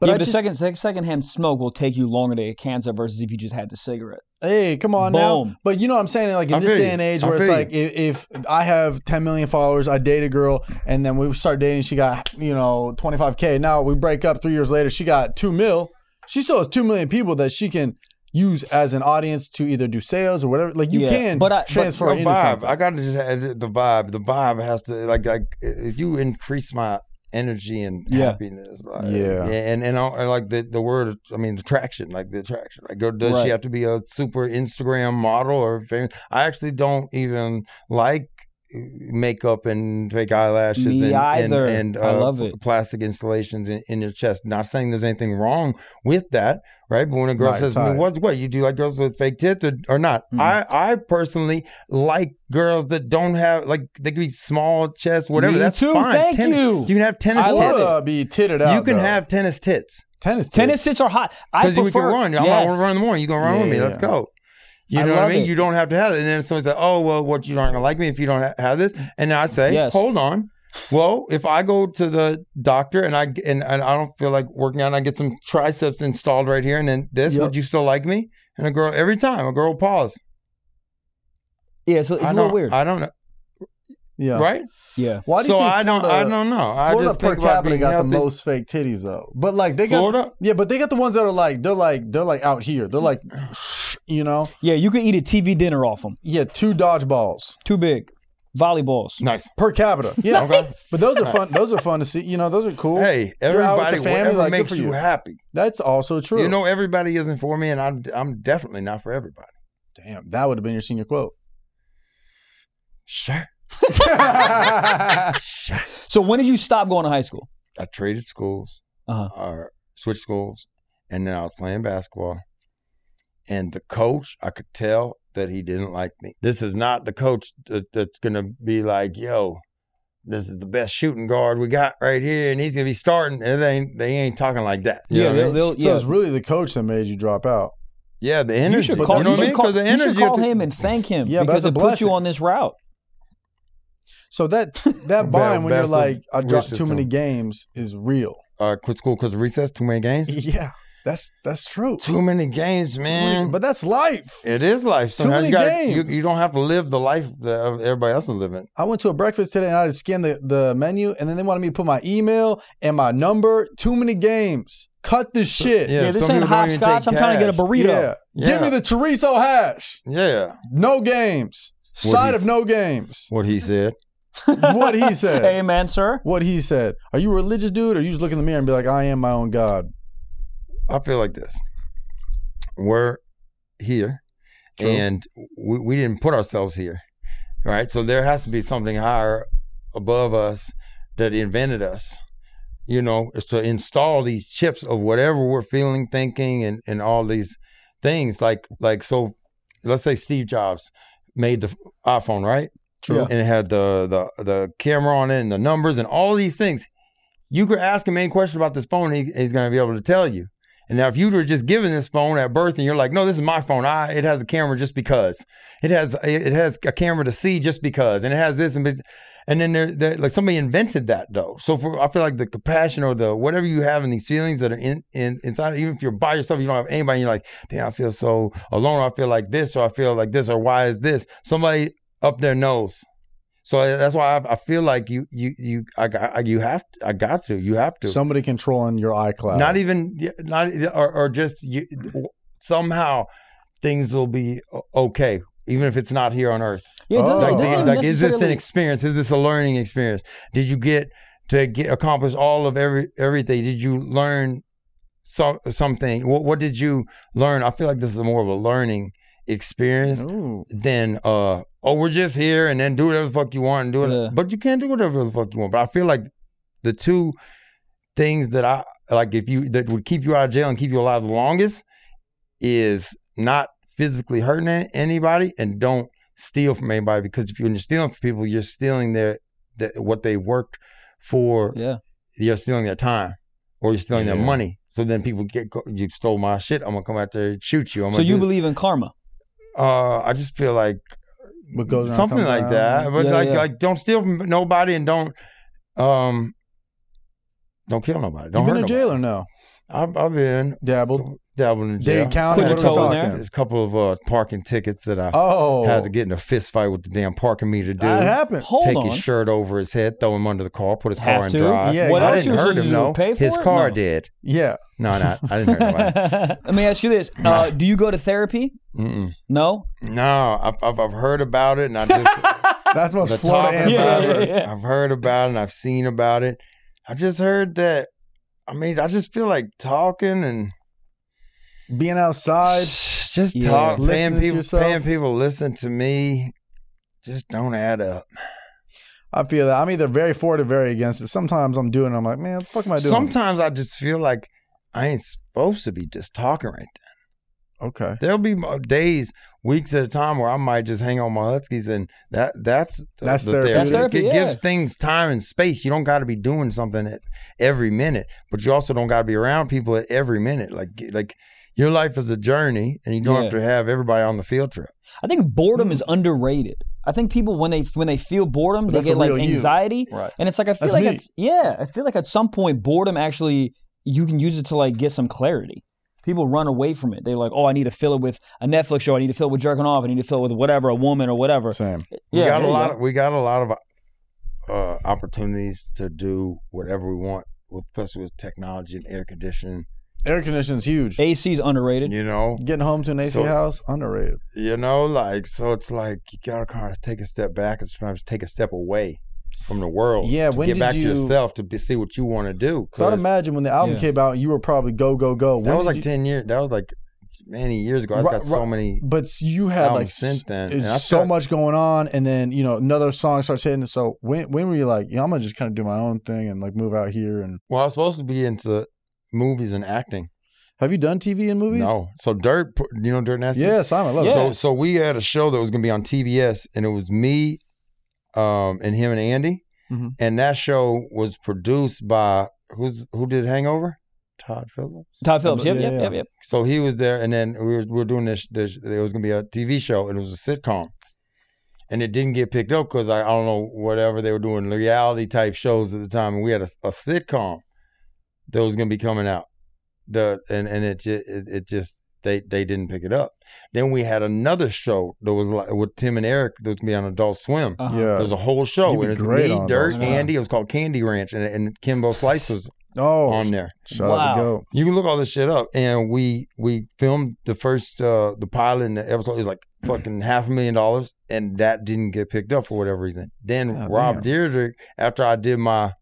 But But yeah, I but just- second sec- secondhand smoke will take you longer to get cancer versus if you just had the cigarette. Hey, come on now. Boom. But you know what I'm saying? Like in I this feel day you. and age I where it's feel you. like if, if I have 10 million followers, I date a girl, and then we start dating, she got, you know, 25K. Now we break up three years later, she got 2 mil. She still has 2 million people that she can use as an audience to either do sales or whatever. Like you Yeah, can but I- but transfer the into vibe. something. I gotta just have the- the vibe. The vibe has to like like if you increase my energy and Yeah. happiness, like, Yeah. and and, all, and like the the word. I mean, attraction, like the attraction. Like, go- does Right. she have to be a super Instagram model or famous? I actually don't even like uh, makeup and fake eyelashes Me and, either. and, and I love it. plastic installations in, in your chest not saying there's anything wrong with that right but when a girl Right, says to me right. what what you do like girls with fake tits or, or not Mhm. i i personally like girls that don't have like they could be small chest whatever Me that's too. fine Thank Ten- you. you can have tennis I tits love to be titted out. you can though. have tennis tits tennis. tits. Tennis hits are hot. I because prefer. you can run. I'm Yes. going to run in the morning. You're going to run with me. Yeah, Let's yeah. go. You I know what I love mean? it. You don't have to have it. And then somebody said, "Oh, well, what you aren't going to like me if you don't ha- have this." And then I say, Yes. "Hold on." Well, if I go to the doctor and I and, and I don't feel like working out, and I get some triceps installed right here, and then this, Yep. would you still like me? And a girl every time a girl will pause. Yeah, so it's a I don't, little weird. I don't know. Yeah. Right? yeah. Why do so you think I don't. I Florida- don't know. I Florida just per think about capita being got healthy. the most fake titties though. But like they got Florida? yeah, but they got the ones that are like they're like they're like out here. They're like [sniffs] you know, Yeah, you could eat a TV dinner off them. yeah, two dodgeballs Too big. Volleyballs. [laughs] Nice. [laughs] per capita. Yeah. Okay. But those are fun. Those are fun to see. You know, those are cool. Hey, You're out with everybody, the family, whatever like, good makes for you you. happy. That's also true. You know, everybody isn't for me, and I'm I'm definitely not for everybody. damn, that would have been your [laughs] senior quote. [laughs] Sure. So when did you stop going to high school? I traded schools, Uh-huh. or switched schools, and then I was playing basketball. And the coach, I could tell that he didn't like me. This is not the coach that, that's going to be like, "Yo, this is the best shooting guard we got right here, and he's gonna be starting. And they ain't, they ain't talking like that. You know yeah, what I mean? they'll, they'll, So yeah. it's really the coach that made you drop out. yeah, the You energy. should call, you know what I should mean? call, 'Cause the you should energy call at the- him and thank him Yeah, but because that's a it put blessing. you on this route. So that that bind when you're best of like, I dropped wishes too to many him. games is real. uh, quit school because of recess. Too many games. [laughs] Yeah, that's that's true. Too many games, man. But that's life. It is life. Sometimes many you, gotta, you, games. you don't have to live the life that everybody else is living. I went to a breakfast today and I had to scan the, the menu and then they wanted me to put my email and my number. Too many games. Cut this shit. Yeah, this some ain't people don't even hopscotch. take I'm trying to get a cash. burrito. Yeah. Give me Yeah. the chorizo hash. Yeah, No games. What Side he- of [laughs] no games. what he said. What he said. Amen, sir. What he said. Are you a religious dude or you just look in the mirror and be like, I am my own God? I feel like this. We're here, True. and we, we didn't put ourselves here, right? So there has to be something higher above us that invented us. You know, is to install these chips of whatever we're feeling, thinking, and and all these things. Like like so, let's say Steve Jobs made the iPhone, right? True. And it had the the the camera on it and the numbers and all these things. You could ask him any question about this phone, he, he's going to be able to tell you. And now, if you were just given this phone at birth, and you're like, "No, this is my phone. I it has a camera just because. It has it it has a camera to see just because, and it has this and." be- And then there, there, like somebody invented that though. So for I feel like the compassion or the whatever you have in these feelings that are in, in inside, even if you're by yourself, you don't have anybody. You're like, damn, I feel so alone. Or I feel like this, or I feel like this, or why is this? Somebody up their nose. So I- that's why I, I feel like you, you, you, I got, I, you have, to, I got to, you have to. Somebody controlling your iCloud. Not even, not or, or just you, somehow things will be o- okay, even if it's not here on Earth. Yeah, it doesn't- Oh. Like, it the- doesn't like, is this an necessarily- experience? Is this a learning experience? Did you get to get accomplish all of every everything? Did you learn so, something? What, what did you learn? I feel like this is more of a learning experience Ooh. than uh oh we're just here and then do whatever the fuck you want and do it Yeah. but you can't do whatever the fuck you want but i feel like the two things that i like if you that would keep you out of jail and keep you alive the longest is not physically hurting a- anybody and don't steal from anybody because if you're stealing from people you're stealing their, their what they worked for Yeah. you're stealing their time or you're stealing Yeah. their money so then people get go- you stole my shit i'm gonna come out there and shoot you I'm So gonna you do- believe in karma? uh i just feel like What goes around something comes like around. that. But Yeah, like, yeah. like, don't steal from nobody and don't, um, don't kill nobody. Don't you hurt been in jail nobody. or no? I've, I've been Dabbled. dabbling in jail. Dade County. Put What your are we toe in talking? there. There's a couple of uh, parking tickets that I Oh, had to get in a fist fight with the damn parking meter dude. that happened. Hold Take on. his shirt over his head, throw him under the car, put his Have car in to. drive. Yeah, what else I exactly. didn't you hurt supposed him. to do, No, Pay for his it? car No. did. Yeah, No, not I didn't hurt nobody. [laughs] Let me ask you this: uh, Do you go to therapy? Mm-mm. No. No, I've, I've I've heard about it, and [laughs] I just that's the most the Florida topic answer Yeah, ever. yeah, I've, heard, I've heard about and I've seen about it. I've just heard that. I mean, I just feel like talking and [laughs] Being outside. just Yeah. talk, Listening paying to people, yourself. paying people listen to me. Just don't add up. I feel that I'm either very for it or very against it. Sometimes I'm doing. it, I'm like, man, what the fuck am I doing? Sometimes I just feel like I ain't supposed to be just talking right there. okay. There'll be mo- days, weeks at a time where I might just hang on my huskies, and that that's the- That's the therapy. That's therapy, It yeah. gives things time and space. You don't got to be doing something at every minute, but you also don't got to be around people at every minute. Like like your life is a journey, and you don't Yeah. have to have everybody on the field trip. I think boredom is underrated. I think people when they when they feel boredom, they that's get the like real you. anxiety, Right. and it's like I feel That's like me. it's, yeah, I feel like at some point boredom actually you can use it to like get some clarity. People run away from it. They're like, oh, I need to fill it with a Netflix show. I need to fill it with jerking off. I need to fill it with whatever, a woman or whatever. Same. We yeah, got there a you lot. go. Of, we got a lot of uh, opportunities to do whatever we want, with, especially with technology and air conditioning. Air conditioning's huge. AC is underrated. You know, Getting home to an AC So- house underrated. You know, like so, it's like you gotta kind of take a step back and sometimes take a step away from the world. Yeah, to when get did back you- to yourself to be, see what you want to do. Because I'd imagine when the album Yeah. came out, you were probably go go go. that When was did like you- ten years. That was like many years ago. I've Ri- got ri- so many. But you had albums like since since then, then, and I so felt- much going on, and then you know another song starts hitting. So when when were you like, yeah, I'm gonna just kind of do my own thing and like move out here? And Well, I was supposed to be into movies and acting. have you done TV and movies? No, so Dirt, put- you know Dirt Nasty. Yeah, Simon, I love it. Yeah. So so we had a show that was gonna be on TBS, and it was me, um, and him and Andy, Mhm. and that show was produced by who's who did Hangover? Todd Phillips. Todd Phillips. Yep, Yeah, yep, yeah. yep, yep. So he was there, and then we were, we were doing this, this. It was gonna be a TV show, and it was a sitcom, and it didn't get picked up because I, I don't know whatever they were doing reality type shows at the time, and we had a, a sitcom that was gonna be coming out. The and and it ju- it, it just they they didn't pick it up. Then we had another show that was like with Tim and Eric that was gonna be on Adult Swim. Uh-huh. Yeah. There was a whole show, You'd be and it great was me, on Dirt, those, man. Andy. It was called Candy Ranch, and and Kimbo Slice was Oh, on there. shut Wow. up and go. You can look all this shit up. And we we filmed the first uh the pilot and the episode is like fucking half a million dollars, and that didn't get picked up for whatever reason. Then God Rob Deirdre, after I did my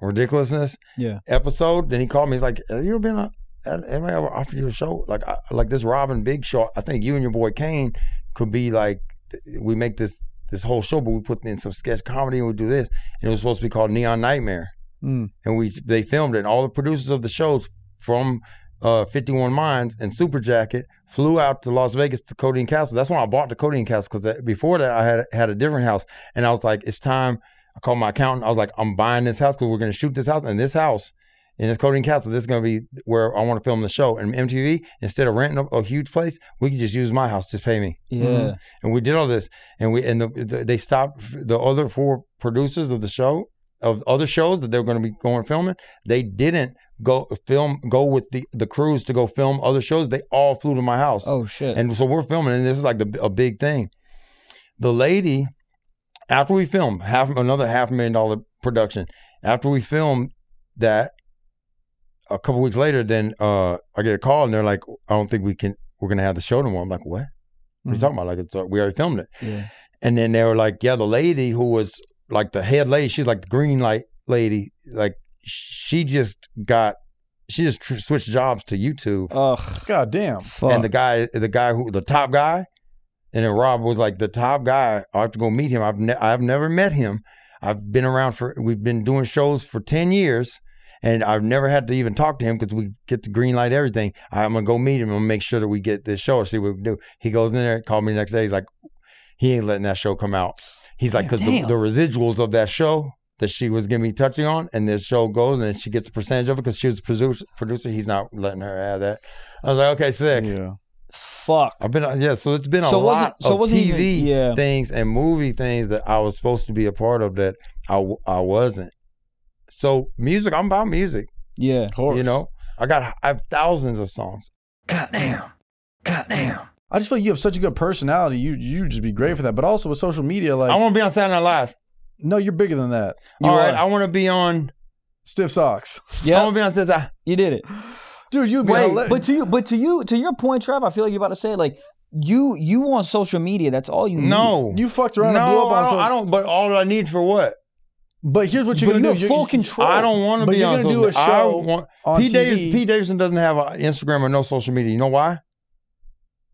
ridiculousness Yeah. episode, then he called me. He's like, "Have you ever been on? Have anybody ever offered you a show like I, like this Robin Big show? I think you and your boy Kane could be like th- we make this." This whole show, but we put in some sketch comedy and we do this. And it was supposed to be called Neon Nightmare Mm. and we they filmed it. And all the producers of the shows from uh, 51 Minds and Super Jacket flew out to Las Vegas to Codeine Castle. That's when I bought the Codeine Castle because before that I had had a different house, and I was like, it's time. I called my accountant. I was like, I'm buying this house because we're going to shoot this house and this house. in this Codeine Castle, this is going to be where I want to film the show. And MTV, instead of renting a, a huge place, we could just use my house. Just pay me Yeah. Mhm. and we did all this and we and the, the, they stopped the other four producers of the show of other shows that they were going to be going filming they didn't go film go with the the crews to go film other shows they all flew to my house Oh shit. and so we're filming and this is like the, a big thing the lady after we filmed half another half million dollar production after we filmed that a couple weeks later then uh i get a call and they're like i don't think we can we're gonna have the show tomorrow i'm like what what are you Mhm. talking about? Like it's uh, we already filmed it. yeah. And then they were like, yeah, the lady who was like the head lady, she's like the green light lady. Like she just got, she just tr- switched jobs to YouTube. Ugh. God damn. Fuck. And the guy, the guy who, the top guy, and then Rob was like the top guy. I have to go meet him. I've ne- I've never met him. I've been around for we've been doing shows for ten years, and I've never had to even talk to him because we get to green light everything. I'm gonna go meet him and make sure that we get this show or see what we can do. He goes in there, called me the next day. He's like, he ain't letting that show come out. He's like, because the, Damn. the residuals of that show that she was gonna be touching on, and this show goes, and then she gets a percentage of it because she was producer. Producer, he's not letting her have that. I was like, okay, sick. Yeah. Fuck. I've been yeah, so it's been a So it wasn't- lot so it of wasn't TV even- yeah. things and movie things that I was supposed to be a part of that I w- I wasn't. So music, I'm about music, Yeah. Of course. you know. I got I have thousands of songs. I just feel like you have such a good personality. You you just be great for that. But also with social media, like I want to be on Saturday Night Live. no, you're bigger than that. You All right, are. I want to be on. Stiff socks, I Yeah. want to be on Saturday. Night- You did it. dude. You'd be Wait, hila- But to you, but to you, to your point, Trav, I feel like you're about to say like you, you on social media. That's all you need. No, you fucked around no, and blew up I on don't, social. I don't. But all I need for what? But here's what you're But you gonna have do. full You're, control. I don't want to But be you're on. gonna do social- a show I want, on Pete, Davidson, TV. Pete Davidson doesn't have an Instagram or no social media. You know why?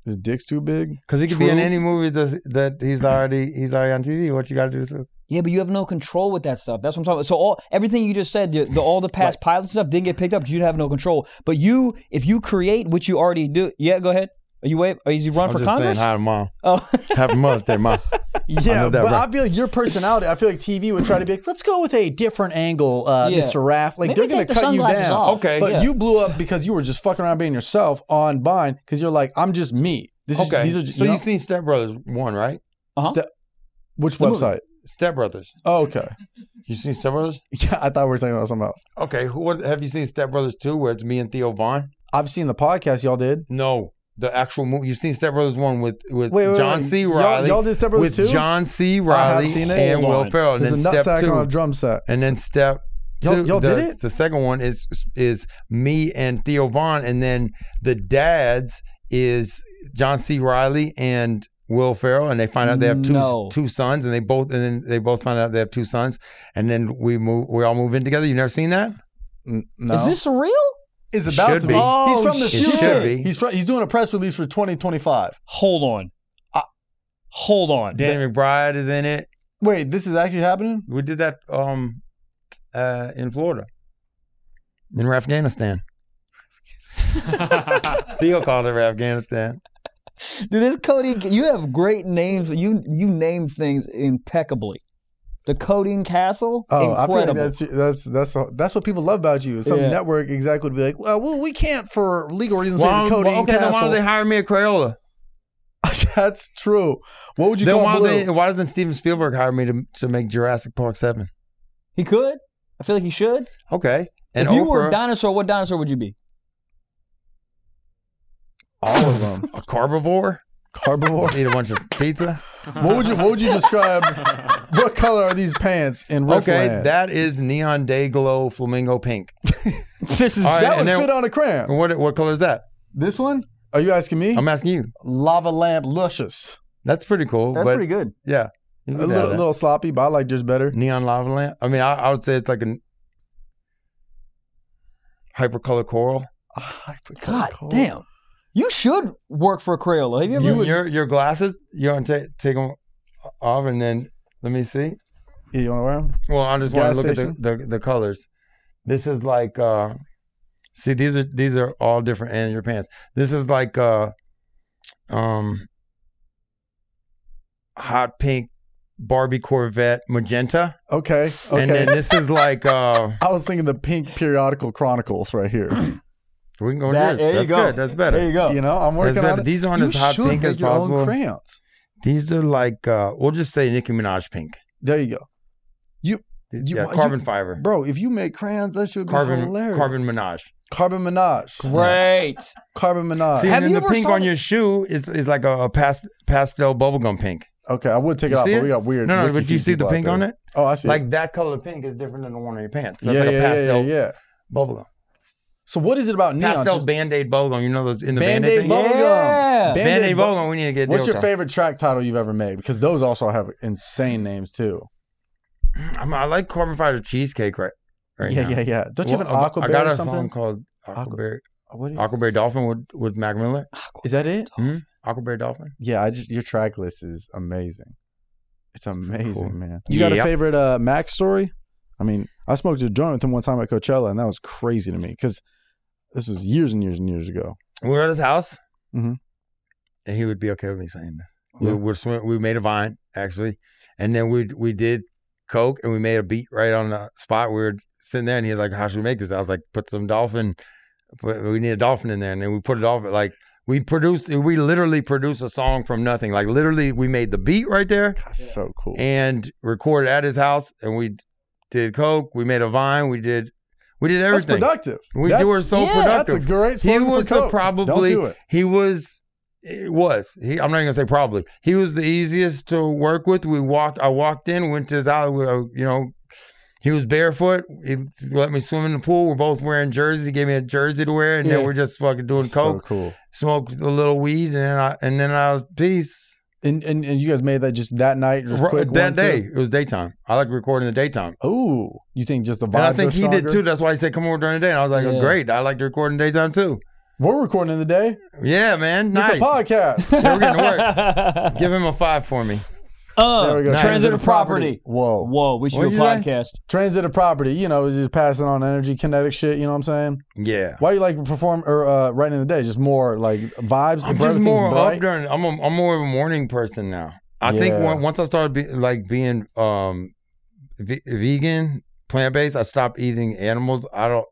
his dick's too big. Because he could be in True. any movie that that he's already he's already on TV. What you got to do is Yeah, but you have no control with that stuff. That's what I'm talking about. So all everything you just said, the, the all the past pilots and stuff didn't get picked up because you have no control. But you, if you create what you already do, yeah, go ahead. Are you wait? Are you run I'm for just Congress? saying hi to mom. oh, [laughs] Happy Mother's Day, [laughs] mom. Yeah, know that, but right. I feel like your personality. I feel like TV would try to be like, let's go with a different angle, uh, Yeah. Mr. Raff. Like Maybe they're gonna take the cut you sunglasses down. off. Okay. Oh, But Yeah. you blew [laughs] up because you were just fucking around being yourself on Vine because you're like, I'm just me. This Okay. is these are just, so you know, you've seen Step Brothers one, right? Uh-huh. Ste- which movie. website? Step Brothers. Oh, okay. [laughs] You seen Step Brothers? Yeah, I thought we were talking about something else. Okay. Who, what have you seen Step Brothers two, where it's me and Theo Vaughn? I've seen the podcast y'all did. No, the actual movie. You've seen Step Brothers one with with Wait, wait, John wait. C. Y'all- Riley. y'all did Step Brothers with two? John C. Riley seen it. and Hold Will on. Ferrell, and There's Oh, then a Step nutsack two, on a drum set. and then Step. Y'all- two- y'all the, did it? The second one is is me and Theo Vaughn, and then the dads is John C. Riley and Will Ferrell, and they find out they have two No. two sons, and they both and then they both find out they have two sons, and then we move we all move in together. You never seen that? N- no. is this real? is about Should to be. be. Oh, he's from the It future. should be. He's from, he's doing a press release for 2025. Hold on, hold on. Danny McBride is in it. Wait, this is actually happening? We did that um uh in Florida. In Afghanistan. [laughs] Theo called it Afghanistan. Dude, this Cody, you have great names. You you name things impeccably. the coding castle. Oh, I feel incredible. like that's that's that's that's what people love about you. Some Yeah. network exec would be like, well, well, we can't for legal reasons say Why the don't- Cody well, okay, then why Castle. [laughs] don't they hire me at Crayola? that's true. What would you Then why, call don't blue? they, why doesn't Steven Spielberg hire me to, to make Jurassic Park 7? he could. I feel like he should. Okay. And if you Oprah, were a dinosaur, what dinosaur would you be? All of them. a carbivore, Carbivore. eat a bunch of pizza. what would you What would you describe? what color are these pants in Riff Okay, Land? that is neon day glow flamingo pink. [laughs] This is All right, That would and then- fit on a crayon. What what color is that? This one? Are you asking me? I'm asking you. Lava lamp, luscious. That's pretty cool. that's but pretty good. Yeah. You A can have little, that. little sloppy, but I like yours better. neon lava lamp. I mean, I, I would say it's like a hypercolor coral. God damn. You should work for Crayola. Have you ever? You, your your glasses. You want to take them off and then let me see. Yeah, you want to wear them? Well, I just want Gas to look station? at the, the the colors. This is like uh see these are these are all different and your pants. This is like uh um hot pink Barbie Corvette magenta. Okay. Okay. And then this is like uh I was thinking the pink periodical chronicles [coughs] right here. we can go with That- yours. there you That's go. good. That's better. There you go. you know, I'm That's working on better. it. These aren't you as hot should pink make as your possible. Own crayons. These are like uh we'll just say Nicki Minaj pink. There you go, You- yeah, you- carbon fiber. bro. If you make crayons, that should be Carbon hilarious. carbon Minaj. carbon Minaj, Great. [laughs] carbon Minaj. See, Have and then you the ever pink saw on the- your shoe is, is like a, a past, pastel bubblegum pink. okay, I would take it You off, see but it? we got weird. No, no, wiki but you feet see the people out pink on there. it? Oh, I see. it. Like that color of pink is different than the one on your pants. That's yeah, like yeah, a yeah, pastel yeah, yeah. bubblegum. So what is it about neon? Pastel Just- band-aid bubblegum. You know those in the band-aid, Band-Aid thing? bubble gum. Yeah. Band-Aid Band-aid bu- bubblegum, we need to get What's deal your with. favorite track title you've ever made? Because those also have insane names too. I'm- I like carbon fiber cheesecake right, right yeah, now. yeah, yeah. Don't you have an Well, aqua I got or a song something? called Aqua- Aquaberry, What is, Aquaberry Dolphin with, with Mac Miller. is that it? Aquaberry Dolphin. Yeah, I just your track list is amazing. It's amazing, cool. man. You got a Yep. favorite uh, Mac story? I mean, I smoked a joint with him one time at Coachella, and that was crazy to me because this was years and years and years ago. We were at his house, Mhm. and he would be okay with me saying this. Yeah. We were swim- we made a vine actually, and then we we did coke and we made a beat right on the spot. We were sitting there, and he was like, "How should we make this?" I was like, "Put some dolphin. Put, we need a dolphin in there." And then we put a dolphin like. We produced, we literally produced a song from nothing. Like literally, we made the beat right there That's so cool. and recorded at his house. And we did coke. We made a vine. We did, we did that's everything. productive. we that's, were so yeah, productive That's a great he slogan for was the Coke. Don't probably do it. he was it was he i'm not even gonna say probably he was the easiest to work with we walked i walked in went to his alley we, uh, you know he was barefoot he let me swim in the pool we're both wearing jerseys he gave me a jersey to wear and Yeah. then we're just fucking doing So coke cool. smoked a little weed and then i and then i was peace And, and and you guys made that just that night, just Ru- quick that one, day Two. it was daytime i like recording in the daytime Ooh, you think just the vibes and i think are he did stronger? too that's why he said come over during the day and i was like Yeah. great i like to record in daytime too We're recording in the day. yeah man nice It's a podcast. Yeah, we're getting to work Give him a five for me. Uh, [laughs] There we go. Nice. Transitive property. Whoa. Whoa, we should What'd do a you say? podcast. Transitive property. You know, just passing on energy, kinetic shit. You know what I'm saying? Yeah. Why you like perform or uh, right in the day? Just more like vibes. I'm if everything's just more bright. up during. I'm a, I'm more of a morning person now. I think Yeah. on- once I started be, like being um ve- vegan, plant based, I stopped eating animals. I don't.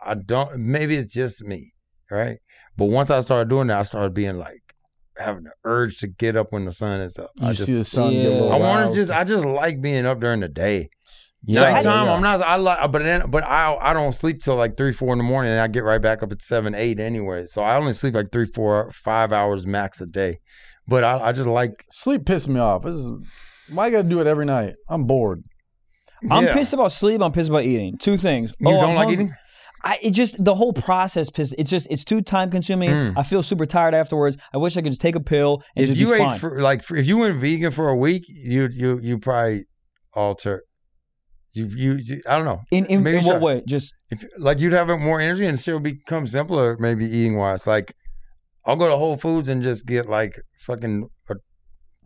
I don't. Maybe it's just me, right? But once I started doing that, I started being like having the urge to get up when the sun is up. You I just, see the sun get a Yeah. little. I want roused. to just. I just like being up during the day. Yeah, Nighttime, yeah. I'm not. I like, but then, but I, I don't sleep till like three, four in the morning, and I get right back up at seven, eight anyway. So I only sleep like three, four, five hours max a day. But I, I just like. Sleep pissed me off. This is why I got to do it every night. I'm bored. I'm yeah. pissed about sleep. I'm pissed about eating. Two things. You Oh, don't I'm like hungry. eating? I, it just the whole process piss. It's just it's too time consuming. Mm. I feel super tired afterwards. I wish I could just take a pill and if just you be ate fine. for, like for, if you went vegan for a week, you you you probably alter. You, you you I don't know in in, Maybe in you what should. way? Just if like you'd have more energy and still become simpler maybe eating wise. Like I'll go to Whole Foods and just get like fucking a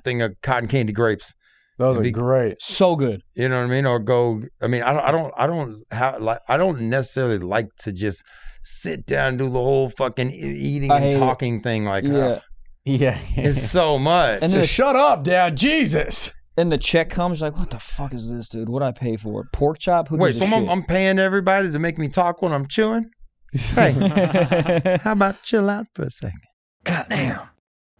thing of cotton candy grapes. Those It'd are be- great. so good. You know what I mean? Or go. I mean, I don't. I don't. I don't have like. I don't necessarily like to just sit down and do the whole fucking e- eating I and hate it. talking thing. Like, uh, Yeah. ugh, Yeah. [laughs] [laughs] it's so much. And then Just shut up, Dad. Jesus. and the check comes, you're like, what the fuck is this, dude? What I pay for? Pork chop? Who Wait, gives so a I'm, shit? I'm paying everybody to make me talk when I'm chewing? [laughs] Hey, how about chill out for a second?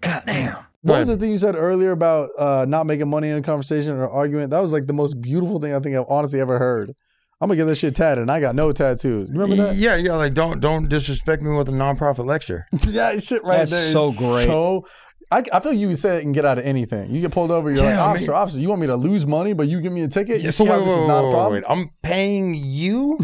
What was Right. the thing you said earlier about uh, not making money in a conversation or argument? That was like the most beautiful thing I think I've honestly ever heard. I'm gonna get this shit tatted, and I got no tattoos. You Remember [laughs] that? Yeah, yeah. Like, don't don't disrespect me with a nonprofit [laughs] lecture. yeah, shit right That's there. is so great. So, I, I feel like you would say it and get out of anything. You get pulled over, you're like, Damn, man. officer, officer, you want me to lose money, but you give me a ticket? Yeah, You so see how wait, this wait, is not a wait, problem? wait. I'm paying [laughs] you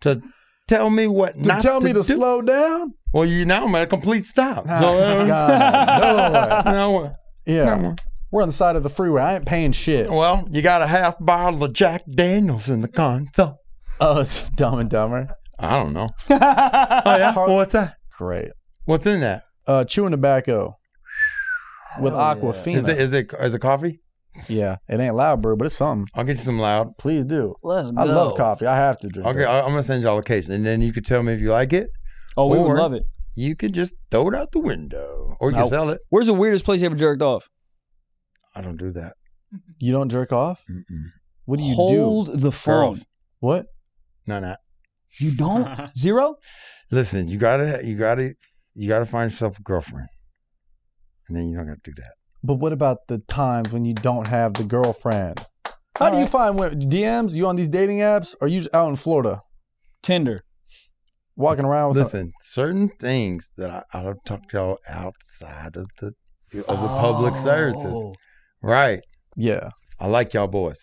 to tell me what To not tell me to do? slow [laughs] down? Well, you now I'm at a complete stop. Ah, So, uh, [laughs] God, no way. no, uh, Yeah, we're on the side of the freeway. I ain't paying shit. well, you got a half bottle of Jack Daniels in the console. [laughs] Oh, it's Dumb and Dumber. I don't know. [laughs] oh yeah, well, what's that? Great. What's in that? Uh, chewing tobacco with Aquafina. Is it is it is it coffee? Yeah, it ain't loud, bro, but it's something. I'll get you some loud. Please do. [laughs] Let's I go. love coffee. I have to drink. Okay, that. I- I'm gonna send y'all a case, and then you can tell me if you like it. Oh, we Or- would love it. You could just throw it out the window, or you can No. sell it. Where's the weirdest place you ever jerked off? I don't do that. You don't jerk off? Mm-mm. What do you do? Hold the phone. Girls. What? No, no. You [laughs] don't? Zero? Listen, you gotta, you gotta, you gotta find yourself a girlfriend, and then you don't gotta do that. But what about the times when you don't have the girlfriend? How do you find women? DMs? You on these dating apps? Or you just out in Florida Tinder. walking around with Listen, certain things that I, I'll talk to y'all outside of the of the public services, Oh. right? a, yeah I like y'all boys,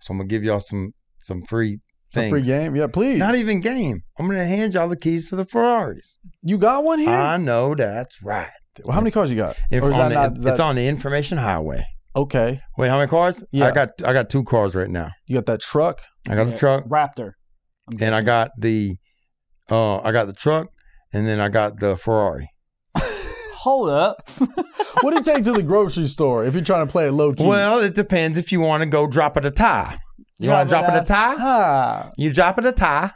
so I'm gonna give y'all some some free It's a things. free game? Yeah, please. Not e- even game. I'm gonna hand y'all the keys to the Ferraris. you got one here? I know that's right. Well, How many cars you got? If or is on that the- not? is It's that- on the information highway. okay. Wait, how many cars? Yeah. I got I got two cars right now. You got that truck? I got the truck Raptor. I'm and I guessing. got the uh I got the truck and then I got the Ferrari. Hold [laughs] up. what do you take to the grocery store if you're trying to play it low key? Well, it depends if you want to go drop it a tie. You want to drop it a tie? Ah, You drop it a tie.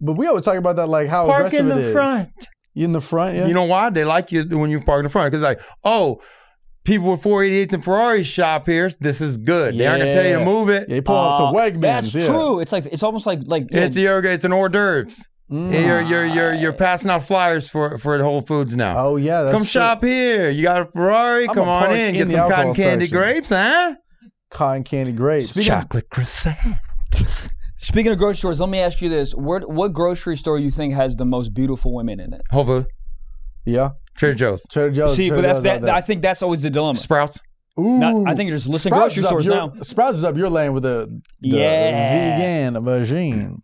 but we always talk about that, like how Park aggressive in it the is. front. You in the front, yeah. You know why? They like you when you park in the front. Because like, oh, people with 488s and Ferraris shop here. This is good. They aren't gonna tell you to Yeah. move it. yeah, you pull up Uh, to Wegmans. That's yeah. true. It's like it's almost like like you know, It's your it's an hors d'oeuvres. Mm. You're you're you're you're passing out flyers for for Whole Foods now. Oh yeah, that's Come true. shop here. You got a Ferrari. I'ma Come on park in. in Get the some cotton alcohol candy section. grapes, huh? Cotton candy grapes. Chocolate croissant. Speaking of grocery stores, let me ask you this: what what grocery store you think has the most beautiful women in it? Whole Foods. yeah, Trader Joe's. Trader Joe's. See, Trader but that's Joe's out that, there. I think that's always the dilemma. Sprouts. Ooh, Not- I think you're just listing Sprouts grocery is up stores your, now. Sprouts is up your lane with the, the Yeah. vegan machine.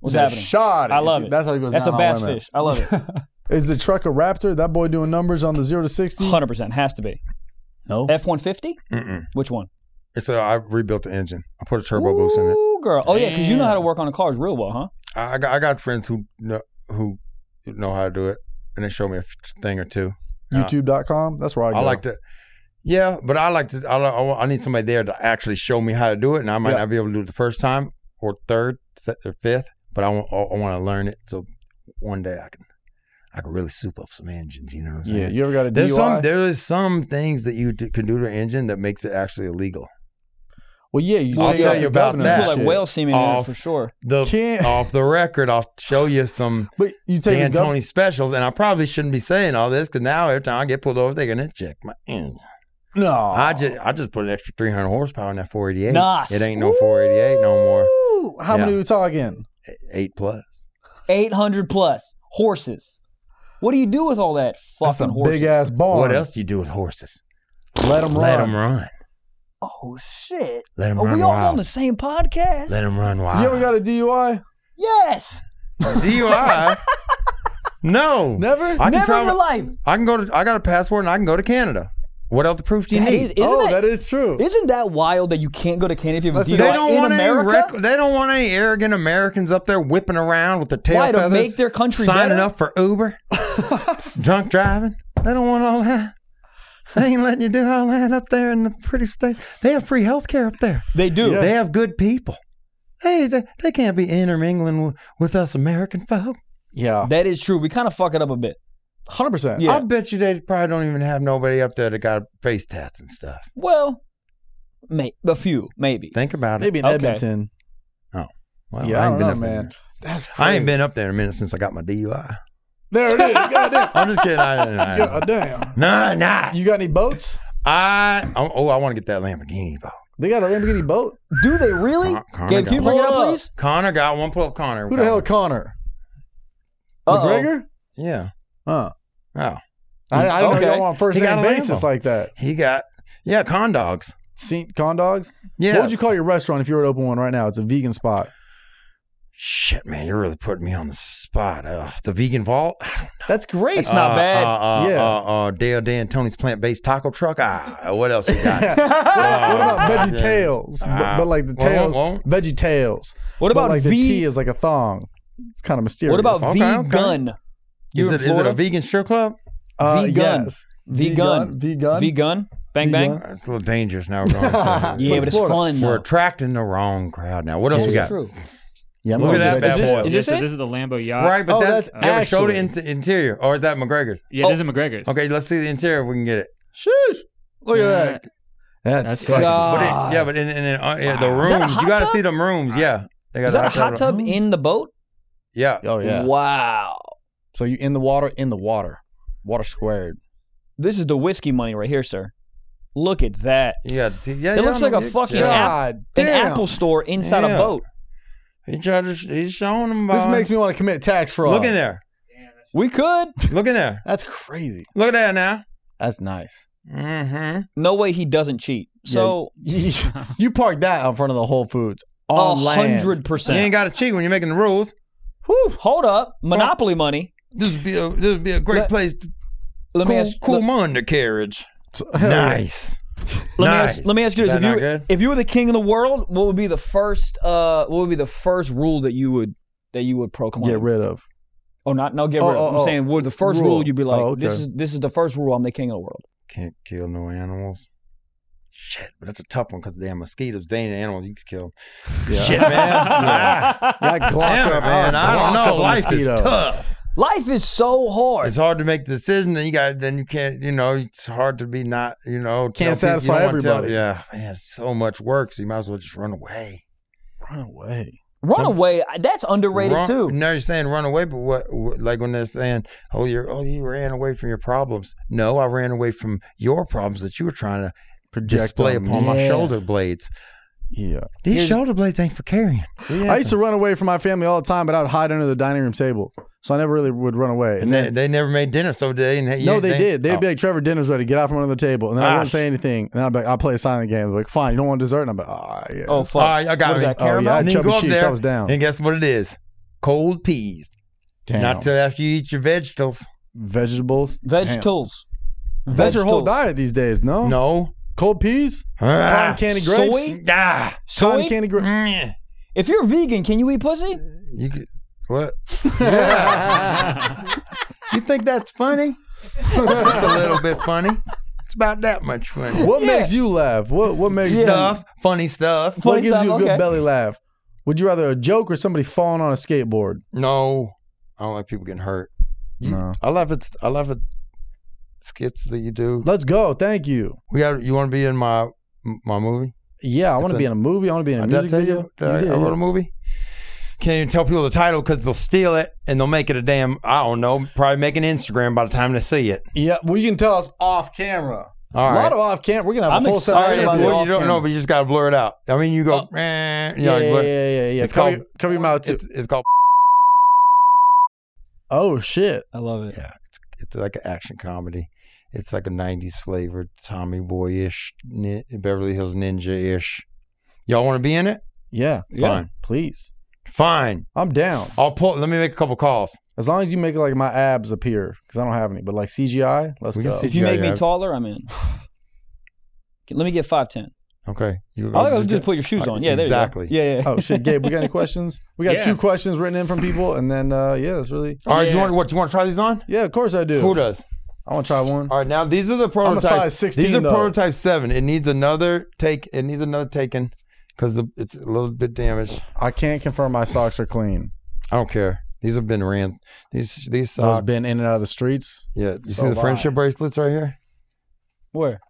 What's The happening? Shot. I love it. That's how it goes. That's a down on bass women. fish. I love it. Is the truck a Raptor? That boy doing numbers on the zero to sixty? Hundred percent has to be No. F one fifty. Mm-mm. Which one? It's a, I rebuilt the engine. I put a turbo boost in it. Ooh, girl. Oh yeah, because you know how to Damn. work on the cars real well, huh? I I got, I got friends who know, who know how to do it, and they show me a f- thing or two. YouTube.com. That's where I Mm. I, go. like to, yeah, but I like to. I, li- I, wa- I need somebody there to actually show me how to do it, and I might Yeah. not be able to do it the first time or third se- or fifth, but I want I want to learn it so one day I can I can really soup up some engines. You know what I'm saying? Yeah. You ever got a There's DUI? some there is some things that you d- can do to an engine that makes it actually illegal. well, yeah. You I'll take tell out you the about governor that. and Feel like shit. whale semen in Off. it for sure. The [laughs] Can't- off the record, I'll show you some But you take Dan the gov- Tony specials, and I probably shouldn't be saying all this because now every time I get pulled over, they're gonna check my engine. No. I just I just put an extra 300 horsepower in that 488. Nice. It ain't no 488 no more. Ooh, How many Yeah. we talking? Eight plus. Eight hundred plus horses. What do you do with all that That's fucking a horses? big ass barn. What else do you do with horses? Let them run. Let them run. oh shit! Let them Are run Oh, we all on wild. the same podcast? Let them run You ever wild. got a DUI? yes. [laughs] [laughs] DUI. No. Never. I can Never in your travel. life. I can go to. I got a passport and I can go to Canada. What other proof do you That need? is, isn't oh, that, that is true. Isn't that wild that you can't go to Canada if you have a DUI That's- they don't in want America? any. rec- they don't want any arrogant Americans up there whipping around with the tail Why, to feathers, make their country signing better? up for Uber, drunk driving. They don't want all that. They ain't letting you do all that up there in the pretty state. They have free health care up there. they do. They have good people. Hey, they, they can't be intermingling with, with us American folk. yeah. That is true. We kind of fuck it up a bit. Hundred percent. Yeah. I bet you they probably don't even have nobody up there that got face tats and stuff. Well, may, a few, maybe. Think about it. Maybe in Okay. Edmonton. Well, Yeah, I ain't don't know, up man. there. That's crazy. I ain't been up there in a minute since I got my [laughs] DUI. There it [laughs] is. Goddamn. I'm just kidding. I didn't. I [laughs] didn't. Goddamn. No, nah. You got any boats? I oh, oh, I want to get that Lamborghini though. They got a Lamborghini boat. Do they really? Con- Connor Gabe, got can you one. bring it Hold up, up. please? Connor got one. Pull up Connor. Who the hell, Connor Uh-oh. McGregor? Yeah. Huh. Oh, I, I didn't Okay. know y'all on first He got name a basis Lambo. like that. he got yeah con dogs. Seen con dogs. Yeah. What would you call your restaurant if you were to open one right now? It's a vegan spot. Shit, man, you're really putting me on the spot. Uh, the vegan vault. That's great. It's not Uh, bad. Uh, uh, Yeah. Uh, uh, Dale Dan Tony's plant based taco truck. Ah, what else we [laughs] got? uh, what about veggie Yeah. tails? Ah. But, but like the Well, tails, well, well. veggie tails. what But about like the T V? is like a thong. It's kind of mysterious. What about Okay, V okay. gun? You is, in it, is it a Florida? vegan strip club? uh, V-gun? yes. V-gun? V-gun. V gun? Bang V-gun? bang? Uh, It's a little dangerous [laughs] now. We're, going to- Yeah, but it's Florida. fun. we're though. attracting the wrong crowd now. What else This we is got? true. Yeah, I'm Look going at that to veggie bad tails. boy. Is yeah, this so it? this is the Lambo yacht. Right, but Oh, that's, that's yeah, but show the actually- in- interior, or is that McGregor's? Yeah, Oh. this is McGregor's. [laughs] Okay, let's see the interior. if We can get it. Sheesh. Look at that. That's, That's sexy. God. But it, Ah. yeah, but in, in, in uh, yeah, the Is that a rooms, hot you got to tub? see them rooms. Yeah, they got Is that a hot tub Rooms? in the boat? Yeah, Oh yeah. Wow. So you in the water, in the water, water squared. This is the whiskey money right here, sir. Look at that. yeah, t- yeah. It yeah, looks I like a mean, fucking yeah. app. God An damn. Apple store inside Yeah. a boat. He tried to, he's showing them. This Bob. makes me want to commit tax fraud. Look in there. We could. Look in there. That's crazy. Look at that now. That's nice. Mm-hmm. No way he doesn't cheat. So you, [laughs] you park that in front of the Whole Foods a on land. hundred You ain't percent. got to cheat when you're making the rules. Whew. Hold up. Monopoly money. This would be a this would be a great Let- place. To, Let me cool, ask cool my undercarriage. Hell yeah. Nice. Let nice. me ask, let me ask you Is this: that if you, not were- good? if you were the king of the world, what would be the first? Uh, what would be the first rule that you would that you would proclaim? Get rid of. Oh, not no, get Oh, rid. of. oh, I'm oh. saying, what the first Rule. rule, you'd be like, Oh, okay. this is this is the first rule. I'm the king of the world. Can't kill no animals. Shit, but that's a tough one because damn mosquitoes, they ain't animals you can kill. Shit, man. Ah, I glocked [laughs] Damn it, up, man. I don't glocked up know. a Life mosquito. is tough. Life is so hard. It's hard to make the decision. Then you got. Then you can't. You know, it's hard to be not. You know, tell Can't people you satisfy don't wanna tell- everybody. yeah, man. So much work. So you might as well just run away. Run away. Runaway, that's underrated Run- too. Now you're saying run away, but what, what? Like when they're saying, "Oh, you're oh you ran away from your problems." No, I ran away from your problems that you were trying to Project display them. upon my Yeah. shoulder blades. Yeah. These Here's- shoulder blades ain't for carrying. I used to run away from my family all the time, but I would hide under the dining room table. So I never really would run away. and they, they never made dinner, so they didn't. you no, didn't they think- did. They'd Oh. be like, Trevor, dinner's ready. Get out from under the table. And then Ah, I wouldn't sh- say anything. And I'd be like, I'll play a silent game. They're like, fine, you don't want dessert? And I'm like, ah, yeah. Oh All fuck! right, I got What is me. that, Oh, yeah, caramel? I And then you Chubby go up cheeks, there, I was down. and guess what it is? Cold peas. damn. Not till after you eat your vegetables. Vegetables. Vegetables. Damn. That's your whole Vegetables. diet these days, no? No. Cold peas? Ah, Cotton candy grapes? soy? ah, Soy. Cotton candy grapes. mm. if you're vegan, can you eat pussy? You could, what? [laughs] You think that's funny? It's a little bit funny. It's about that much funny. What makes you laugh? What what makes you Mm, Stuff, funny stuff. What Funny gives stuff, you a good okay. belly laugh? Would you rather a joke or somebody falling on a skateboard? No, I don't like people getting hurt. You- No. I love it. I love it. Skits that you do. Let's go. Thank you. We got. You want to be in my my movie? Yeah, I want That's to a- be in a movie. I want to be in a did I music tell video. you? Did I, You did, I wrote a yeah. movie. Can't even tell people the title because they'll steal it and they'll make it a damn. I don't know. Probably make an Instagram by the time they see it. Yeah, well, you can tell us off camera. All A right. lot of off camera. We're gonna have I'm a whole set. All excited right, of it's about what the you don't know, but you just gotta blur it out. I mean, you go, eh, you know, yeah, yeah, yeah, blur- yeah, yeah. It's cover, called- your, cover your mouth. Too. It's, it's called. Oh shit! I love it. Yeah, it's it's like an action comedy. It's like a '90s flavored Tommy Boy ish, ni- Beverly Hills Ninja ish. Y'all want to be in it? Yeah, Yeah. Fine, please. fine. I'm down I'll pull. Let me make a couple calls. as long as you make like my abs appear because I don't have any. But like CGI, let's We go. can If you Yeah, make yeah. me taller, I'm in. [sighs] Let me get five ten. Okay. You, All I gotta do get- is put your shoes uh, on. Yeah, there exactly. You go. Yeah, yeah. Oh shit, Gabe, [laughs] we got any questions? We got Yeah. two questions written in from people, and then uh yeah, it's really All right. You Yeah. want what? You want to try these on? yeah. Of course I do. Who does? I want to try one. All right. Now these are the I'm a prototypes. size 16 These are though. prototype seven. It needs another take. It needs another taken because it's a little bit damaged. I can't confirm my socks are clean. I don't care. These have been ran. These these Those socks. been in and out of the streets. yeah. You so see the have friendship bracelets right here. Where?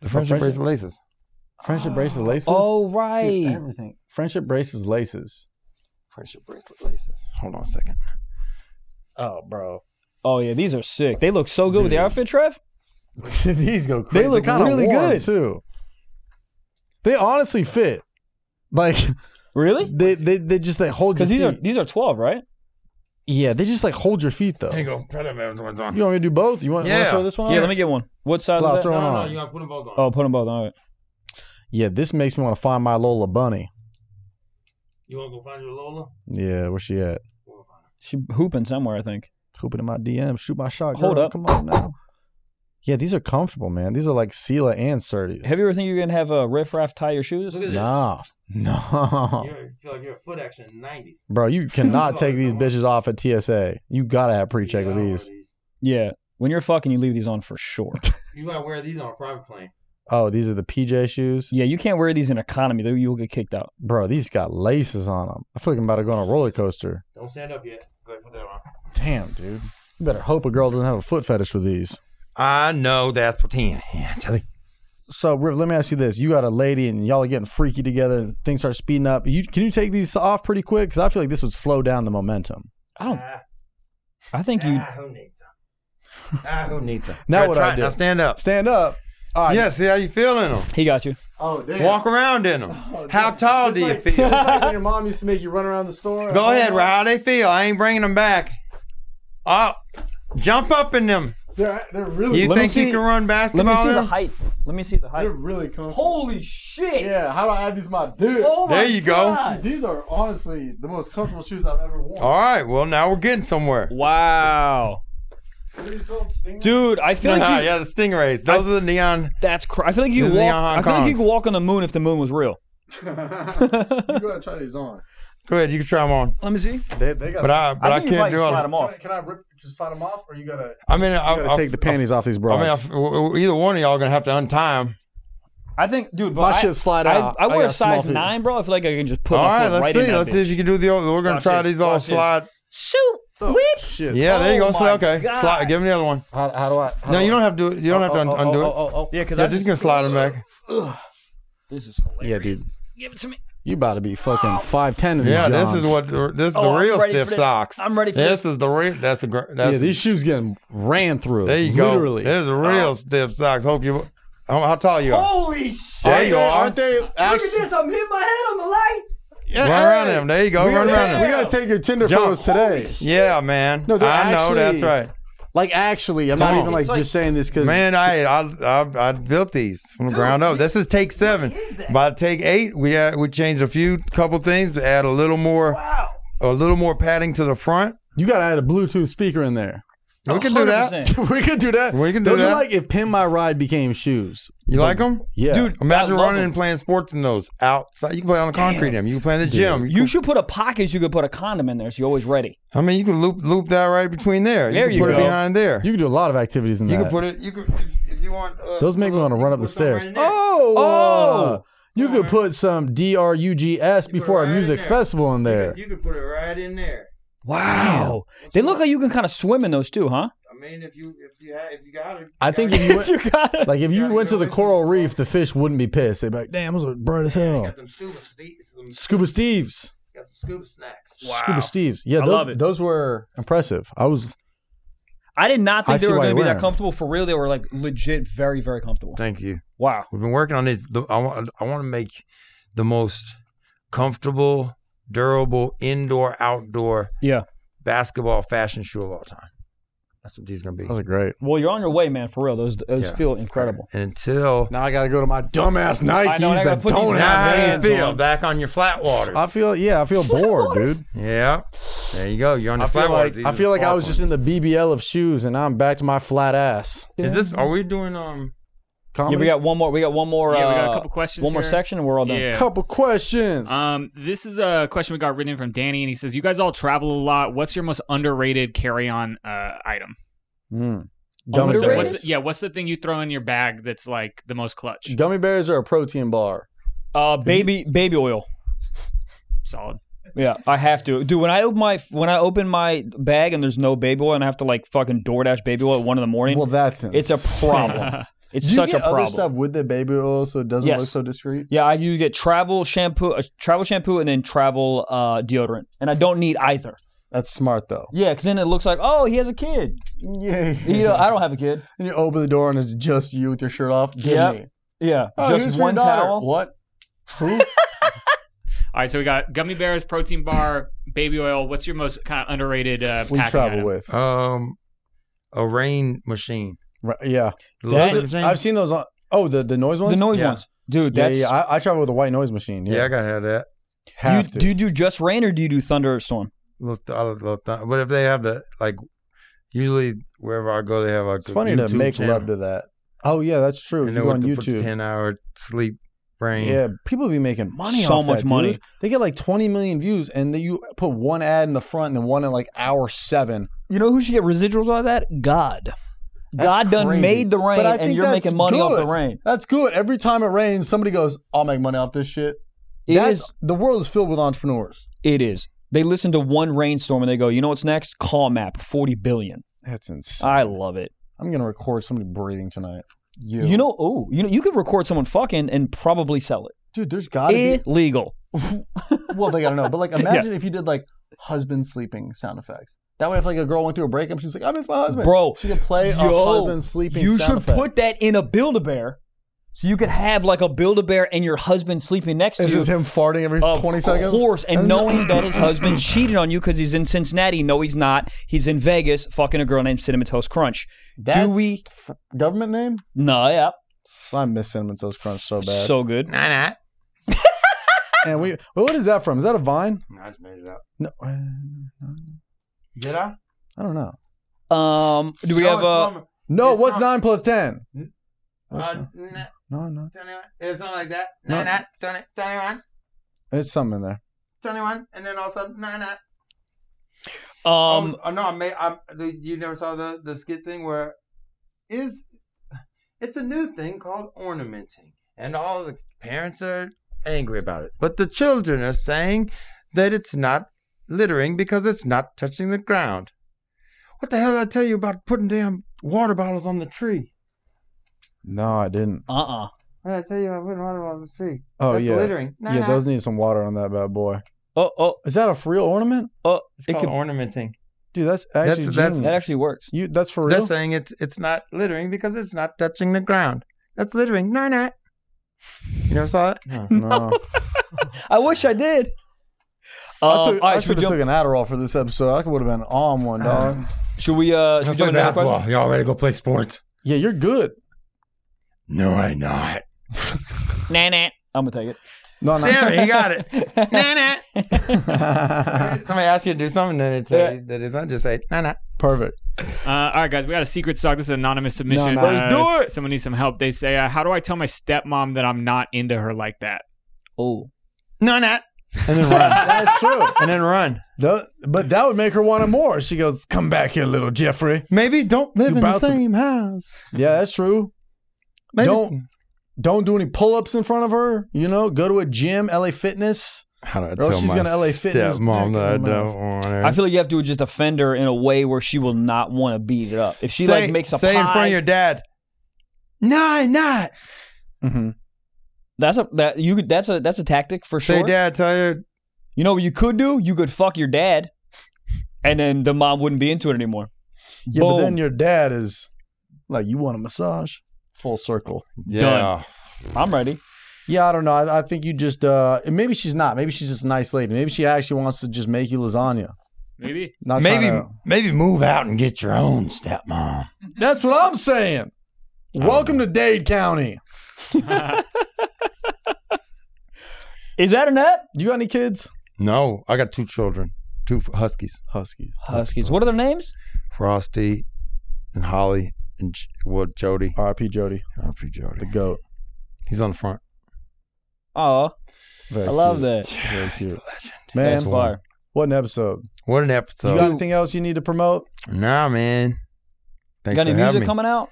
The friendship friendship- bracelet laces. Friendship bracelet laces. Oh Dude, right. everything. Friendship braces laces. Friendship bracelet laces. Hold on a second. Oh, [laughs] bro. oh yeah, these are sick. They look so good with the outfit, Trev. These go crazy. look They're kinda really warm, good. too. They honestly fit. Like [laughs] Really? they they, they just they hold your Because these are feet. these are twelve, right? yeah, they just like hold your feet though. There you You go. Try that one's on. want me to do both? You want, you want to Yeah. throw this one Yeah. on? Let me get one. What size? Is Well, I'll that? throw it on. gotta put them both on. Oh, put them both on. All right. Yeah, this makes me want to find my Lola bunny. You wanna go find your Lola? Yeah, where's she at? She hooping somewhere, I think. Hooping in my DM, shoot my shot. Hold girl. up. Come on now. Yeah, these are comfortable, man. These are like Sela and Surtees. Have you ever think you're gonna have a riffraff tie your shoes? Nah. [laughs] No. You feel like you're a foot action in the 90s. Bro, [laughs] you cannot on, take these come on. bitches off at TSA. You gotta have pre check with these. Yeah. When you're fucking, you leave these on for sure. You gotta wear these on a private plane. Oh, these are the PJ shoes. yeah, you can't wear these in economy. though You'll get kicked out. Bro, these got laces on them. I feel like I'm about to go on a roller coaster. Don't stand up yet. Go ahead, put that on. Damn, dude. You better hope a girl doesn't have a foot fetish with these. I know that's pretend. Yeah, Telly. So, Rip, let me ask you this: You got a lady and y'all are getting freaky together, and things start speeding up. You can you take these off pretty quick? Because I feel like this would slow down the momentum. I don't. I think you. who needs them? Ah, who needs them? Now Now what try I it. do. Now stand up. Stand up. All right. Yeah, see how you feel in them. He got you. Oh damn. Walk around in them. Oh, how tall do you feel? [laughs] [laughs] It's like when your mom used to make you run around the store. Oh, Go Oh. ahead, Rod. How they feel? I ain't bringing them back. Oh, jump up in them. They're they're really You Let me think see- you can run Let me basketball? see in the 'em? height. Let me see the height. they're really comfortable. Holy shit! Yeah. How do I add these to my dude? Oh my There you go. God. These are honestly the most comfortable shoes I've ever worn. All right. Well, now we're getting somewhere. Wow, What are these called? [laughs] Stingray? dude! I [laughs] feel like you, yeah, the stingrays. Those are the neon. that's. Cr- I feel like you This could is walk. the Hong I feel like you Kongs. could walk on the moon if the moon was real. you gotta try these on. Go ahead, you can try them on. Let me see. They, they got. But I, but I, think you probably can't do can slide it. them can, off. I, can I rip just slide them off, or you gotta? I mean, I, You gotta I, take the panties off these I bras. mean, I, w- w- either one of y'all gonna have to untie them. I think, dude. But My I, shit slide I, out. I, I wear got a small size feet. nine, bro. I feel like I can just put. All my right, foot let's right see. In that Let's bitch. see if you can do the. old We're gonna Watch try this, these all watch this. slide. Shoot, Oh, whip. Shit. Yeah, there you Oh go. Slide. my Okay, God. slide. Give me the other one. How, how do I? How No, do you I- don't have to. do it. You don't have to un- oh, oh, undo oh, it. oh, oh, oh. Yeah, because Yeah, I just gonna slide them back. This is hilarious. Yeah, dude. Give it to me. You about to be fucking five ten of these. Yeah, this Johns. is what this is the Oh, I'm real ready for stiff this. socks. I'm ready for this. is the real. That's a gr- Yeah, that's these shoes getting ran through. there you go. Literally. There's a real stiff socks. Hope you. How, how tall you are? Holy shit! There you are. Aren't they? Actually, I'm hitting my head on the light. Run around them. There you go. we, Run gotta around take, we them. gotta take your Tinder Jump. photos today. Yeah, man. No, they're I know that's actually- right. Like actually, I'm Come not on. even like, It's like- just saying this because Man, I I, I I built these from the ground up. This is take seven. By take eight, we uh, we changed a few couple things to add a little more Wow. a little more padding to the front. you gotta add a Bluetooth speaker in there. [laughs] Oh, We can do that. 100%. we could do that. We can do Those that. are like if Pin My Ride became shoes. You like them? Yeah, Dude, Imagine I love running them. and playing sports in those outside. You can play on the concrete. in them. You can play in the gym. You should put a pocket. You could put a condom in there, so you're always ready. I mean, you can loop loop that right between there. There you can you put go. it behind there. You can do a lot of activities in You that. can put it. You can if, if you want. Uh, Those make me want to run up the stairs. oh, Oh! uh, you could put some D R U G S before a right in music there. festival in Oh. there. You can put it right in there. Wow. They look like you can kind of swim in those too, huh? I mean, if you if you if you got it. I think if [laughs] [laughs] you went, you [laughs] got it. like if you gotta went go to the in. coral reef, the fish wouldn't be pissed. They'd be like, "Damn, those are bright as hell." Got them scuba, some, Scuba Steves, got some scuba snacks. Scuba Steves. Yeah, I those, love it. those were impressive. I was I did not think I they see were why going to you be wear that 'em. comfortable. For real, they were like legit, very, very comfortable. Thank you. Wow. We've been working on this. The- I want I want to make the most comfortable, durable indoor outdoor Yeah. basketball fashion shoe of all time. That's what these are gonna be. those are great. Well, you're on your way, man. For real, those those Yeah. feel incredible. And until Now I gotta go to my dumbass I know, I Nikes gotta that put these don't down. have now you hands. feel on. back on your flat waters. I feel yeah, I feel bored, dude. yeah, there you go. You're on I your feel flat waters. like These I are feel like I was sparkling. just in the BBL of shoes, and I'm back to my flat ass. Is this? Are we doing um? Comedy? Yeah, we got one more. We got one more. Yeah, we got a uh, couple questions One more here. section, and we're all done. Yeah. couple questions. Uh, Um, this is a question we got written in from Danny, and he says, "You guys all travel a lot. What's your most underrated carry-on uh, item? Mm. Gummy What's the, bears. what's the- yeah, what's the thing you throw in your bag that's like the most clutch? Gummy bears are a protein bar. Uh, baby baby oil. Solid. Yeah, I have to. Dude, when I open my when I open my bag and there's no baby oil and I have to like fucking DoorDash baby oil at one in the morning, Well, that's it's a [laughs] problem. It's Do [laughs] you such get a problem. other stuff with the baby oil so it doesn't Yes. look so discreet? Yeah, I you get travel shampoo, uh, travel shampoo, and then travel uh, deodorant, and I don't need either. That's smart though. Yeah, because then it looks like oh he has a kid. Yeah. [laughs] You know, I don't have a kid. and you open the door and it's just you with your shirt off. Give Yep. me. Yeah, Oh, here's just your one daughter. towel. What? [laughs] Who? All right, so we got gummy bears, protein bar, baby oil. What's your most kind of underrated uh, we packing travel item? with. Um, a rain machine. Right, yeah. Love That- the machine? I've seen those on. Oh, the, the noise The ones? noise Yeah. ones, dude. yeah, That's yeah. I, I travel with a white noise machine. yeah. Yeah. I gotta have that. Have you, to. do you do just rain or do you do thunder or storm? Little, th- I love- love th- but if they have the like, usually wherever I go, they have like. it's funny to make love to that. Oh, yeah, that's true. And you then go with on the- put the YouTube. ten hour sleep brain. Yeah, people be making money So off much that, dude. money. They get like 20 million views, and then you put one ad in the front and then one at like hour seven. You know who should get residuals out of that? God. God done crazy. made the rain, But I and think you're that's making money off the good. rain. That's good. Every time it rains, somebody goes, "I'll make money off this shit." It That's is- the world is filled with entrepreneurs. It is. They listen to one rainstorm and they go, you know what's next? Call map, 40 billion. That's insane. I love it. I'm gonna record somebody breathing tonight. You, You know, oh, you know, you could record someone fucking and probably sell it. dude, there's gotta be. Illegal. Well, they gotta know. [laughs] But like, imagine if you did like husband sleeping sound effects. That way, if like a girl went through a breakup, she's like, "I miss my husband," Bro, She could play a Yo, husband sleeping. you sound should effect. put that in a Build-A-Bear so you could have like a Build-A-Bear and your husband sleeping next to It's you. just him farting every Of 20 seconds. course, and [clears throat] then- knowing that his husband cheated on you because he's in Cincinnati. No, he's not. He's in Vegas fucking a girl named Cinnamon Toast Crunch. That's Do we? f- government name? No, yeah. I miss cinnamon toast crunch so bad. So good. Nah, nah. and we, well, what is that from? Is that a vine? Nah, I just made it up. No, uh, Did I? I don't know. Um, do we have uh, No, It's what's not- nine plus ten? What's Uh, nine? No, no, It's not like that. No. Nah, nah, 20, 21, it's something in there. 21, and then also nah, nah. um? oh, no, I made. I'm, the, you never saw the the skit thing where is it's a new thing called ornamenting, and all the parents are angry about it, but the children are saying that it's not littering because it's not touching the ground. What the hell did I tell you about putting damn water bottles on the tree? No, I didn't. Uh uh What did I tell you about putting water bottles on the tree? Oh That's yeah, littering. Nah, yeah. nah. Those need some water on that bad boy. Oh oh Is that a real ornament, oh! it's It called could, ornamenting. dude? That's actually That's- that's- genius. that actually works. you. That's for They're real. saying it's it's not littering because it's not touching the ground. That's littering. No, no. You never saw it? No. no, I wish I did. I, Um, [laughs] took, all right, I should should we have jump? took an Adderall for this episode. I would have been on [laughs] one dog. Should we? Uh, should we jump into another question? Y'all ready to go play sports? yeah, you're good. No, I'm not. Nah, nah. I'm gonna take it. No, no. [laughs] Damn it, he got [laughs] it. [laughs] nah, nah. [laughs] Perfect. Somebody asks you to do something, and it's Yeah. uh, that it's not just say nah, nah. Uh, all right, guys, we got a secret stock. This is an anonymous submission. no. Let's Uh, do s- Someone needs some help. They say, uh, "How do I tell my stepmom that I'm not into her like that?" Oh, No, nah. And then [laughs] run. That's true. and then run. Tho- but that would make her want it more. She goes, "Come back here, little Jeffrey." Maybe don't live You in the about to- same house. Yeah, that's true. Maybe Don't- Don't do any pull-ups in front of her. You know, go to a gym, LA Fitness. How do I Or she's gonna LA Fitness stepmom back that I in the don't mouth. want her? I feel like you have to just offend her in a way where she will not want to beat it up. If she say, like makes a say pie, in front of your dad. Nah, nah. Mm-hmm. that's a that you could that's a that's a tactic for Say, sure. dad, tell your You know what you could do? You could fuck your dad, and then the mom wouldn't be into it anymore. Yeah, but then Boom. your dad is like, "You want a massage?" Full circle. Done. I'm ready. Yeah, I don't know. I, I think you just uh and maybe she's not. Maybe she's just a nice lady. Maybe she actually wants to just make you lasagna. Maybe. Not maybe trying to- maybe move out and get your own stepmom. that's what I'm saying. Welcome to Dade County. Is that a net? You got any kids? No, I got two children, two huskies, Huskies. Huskies. What are their names? Frosty and Holly and J- well Jody. R.I.P. Jody, R.P. the Jody. goat. He's on the front. Oh, I Very love cute. that. Very He's a cute. legend. That's Man, one. fire. what an episode. What an you episode! got anything else you need to promote? nah, man. Thanks Got for any having music me. coming out?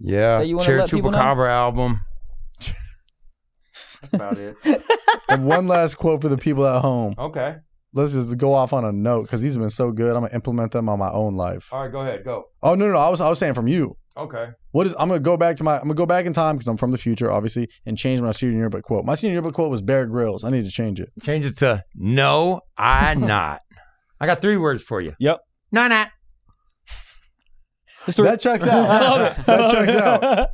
Yeah, that you wanna Cherry let people know? [laughs] Chupacabra album. That's about it. And one last quote for the people at home. Okay. let's just go off on a note because these have been so good. I'm gonna implement them on my own life. All right, go ahead. Go. Oh no, no, no I was I was saying from you. Okay. What is I'm gonna go back to my I'm gonna go back in time because I'm from the future, obviously, and change my senior yearbook quote. My senior yearbook quote was Bear Grylls. I need to change it. Change it to no, [laughs] I not. I got three words for you. Yep. No, not. This story- [laughs] That checks I out. love it. That checks out. All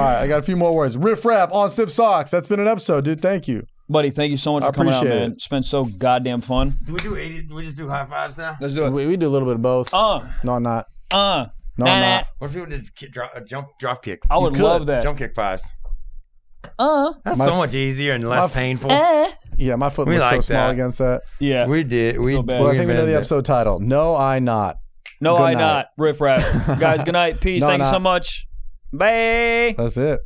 right, I got a few more words. Riff raff on stiff socks. That's been an episode, dude. Thank you. [laughs] Buddy, thank you so much I for coming out, appreciate man. It's been so goddamn fun. Do we do eighty? Do we just do high fives now? Let's do We, we do a little bit of both. Uh, No, I'm not. uh. No, nah, nah. I'm not. What if you did ki- drop, uh, jump drop kicks? I would could. love that. Jump kick fives. Uh, That's My so f- much easier and my less f- painful. eh. Yeah, my foot We looks so like small that. against that. Yeah. we did. We. Feel bad. Well, I think we know invented the it. episode title. No, I not. no, good I night. [laughs] not. Riff raff. Guys, good night. Peace. No, thank you so not. much. Bye. That's it.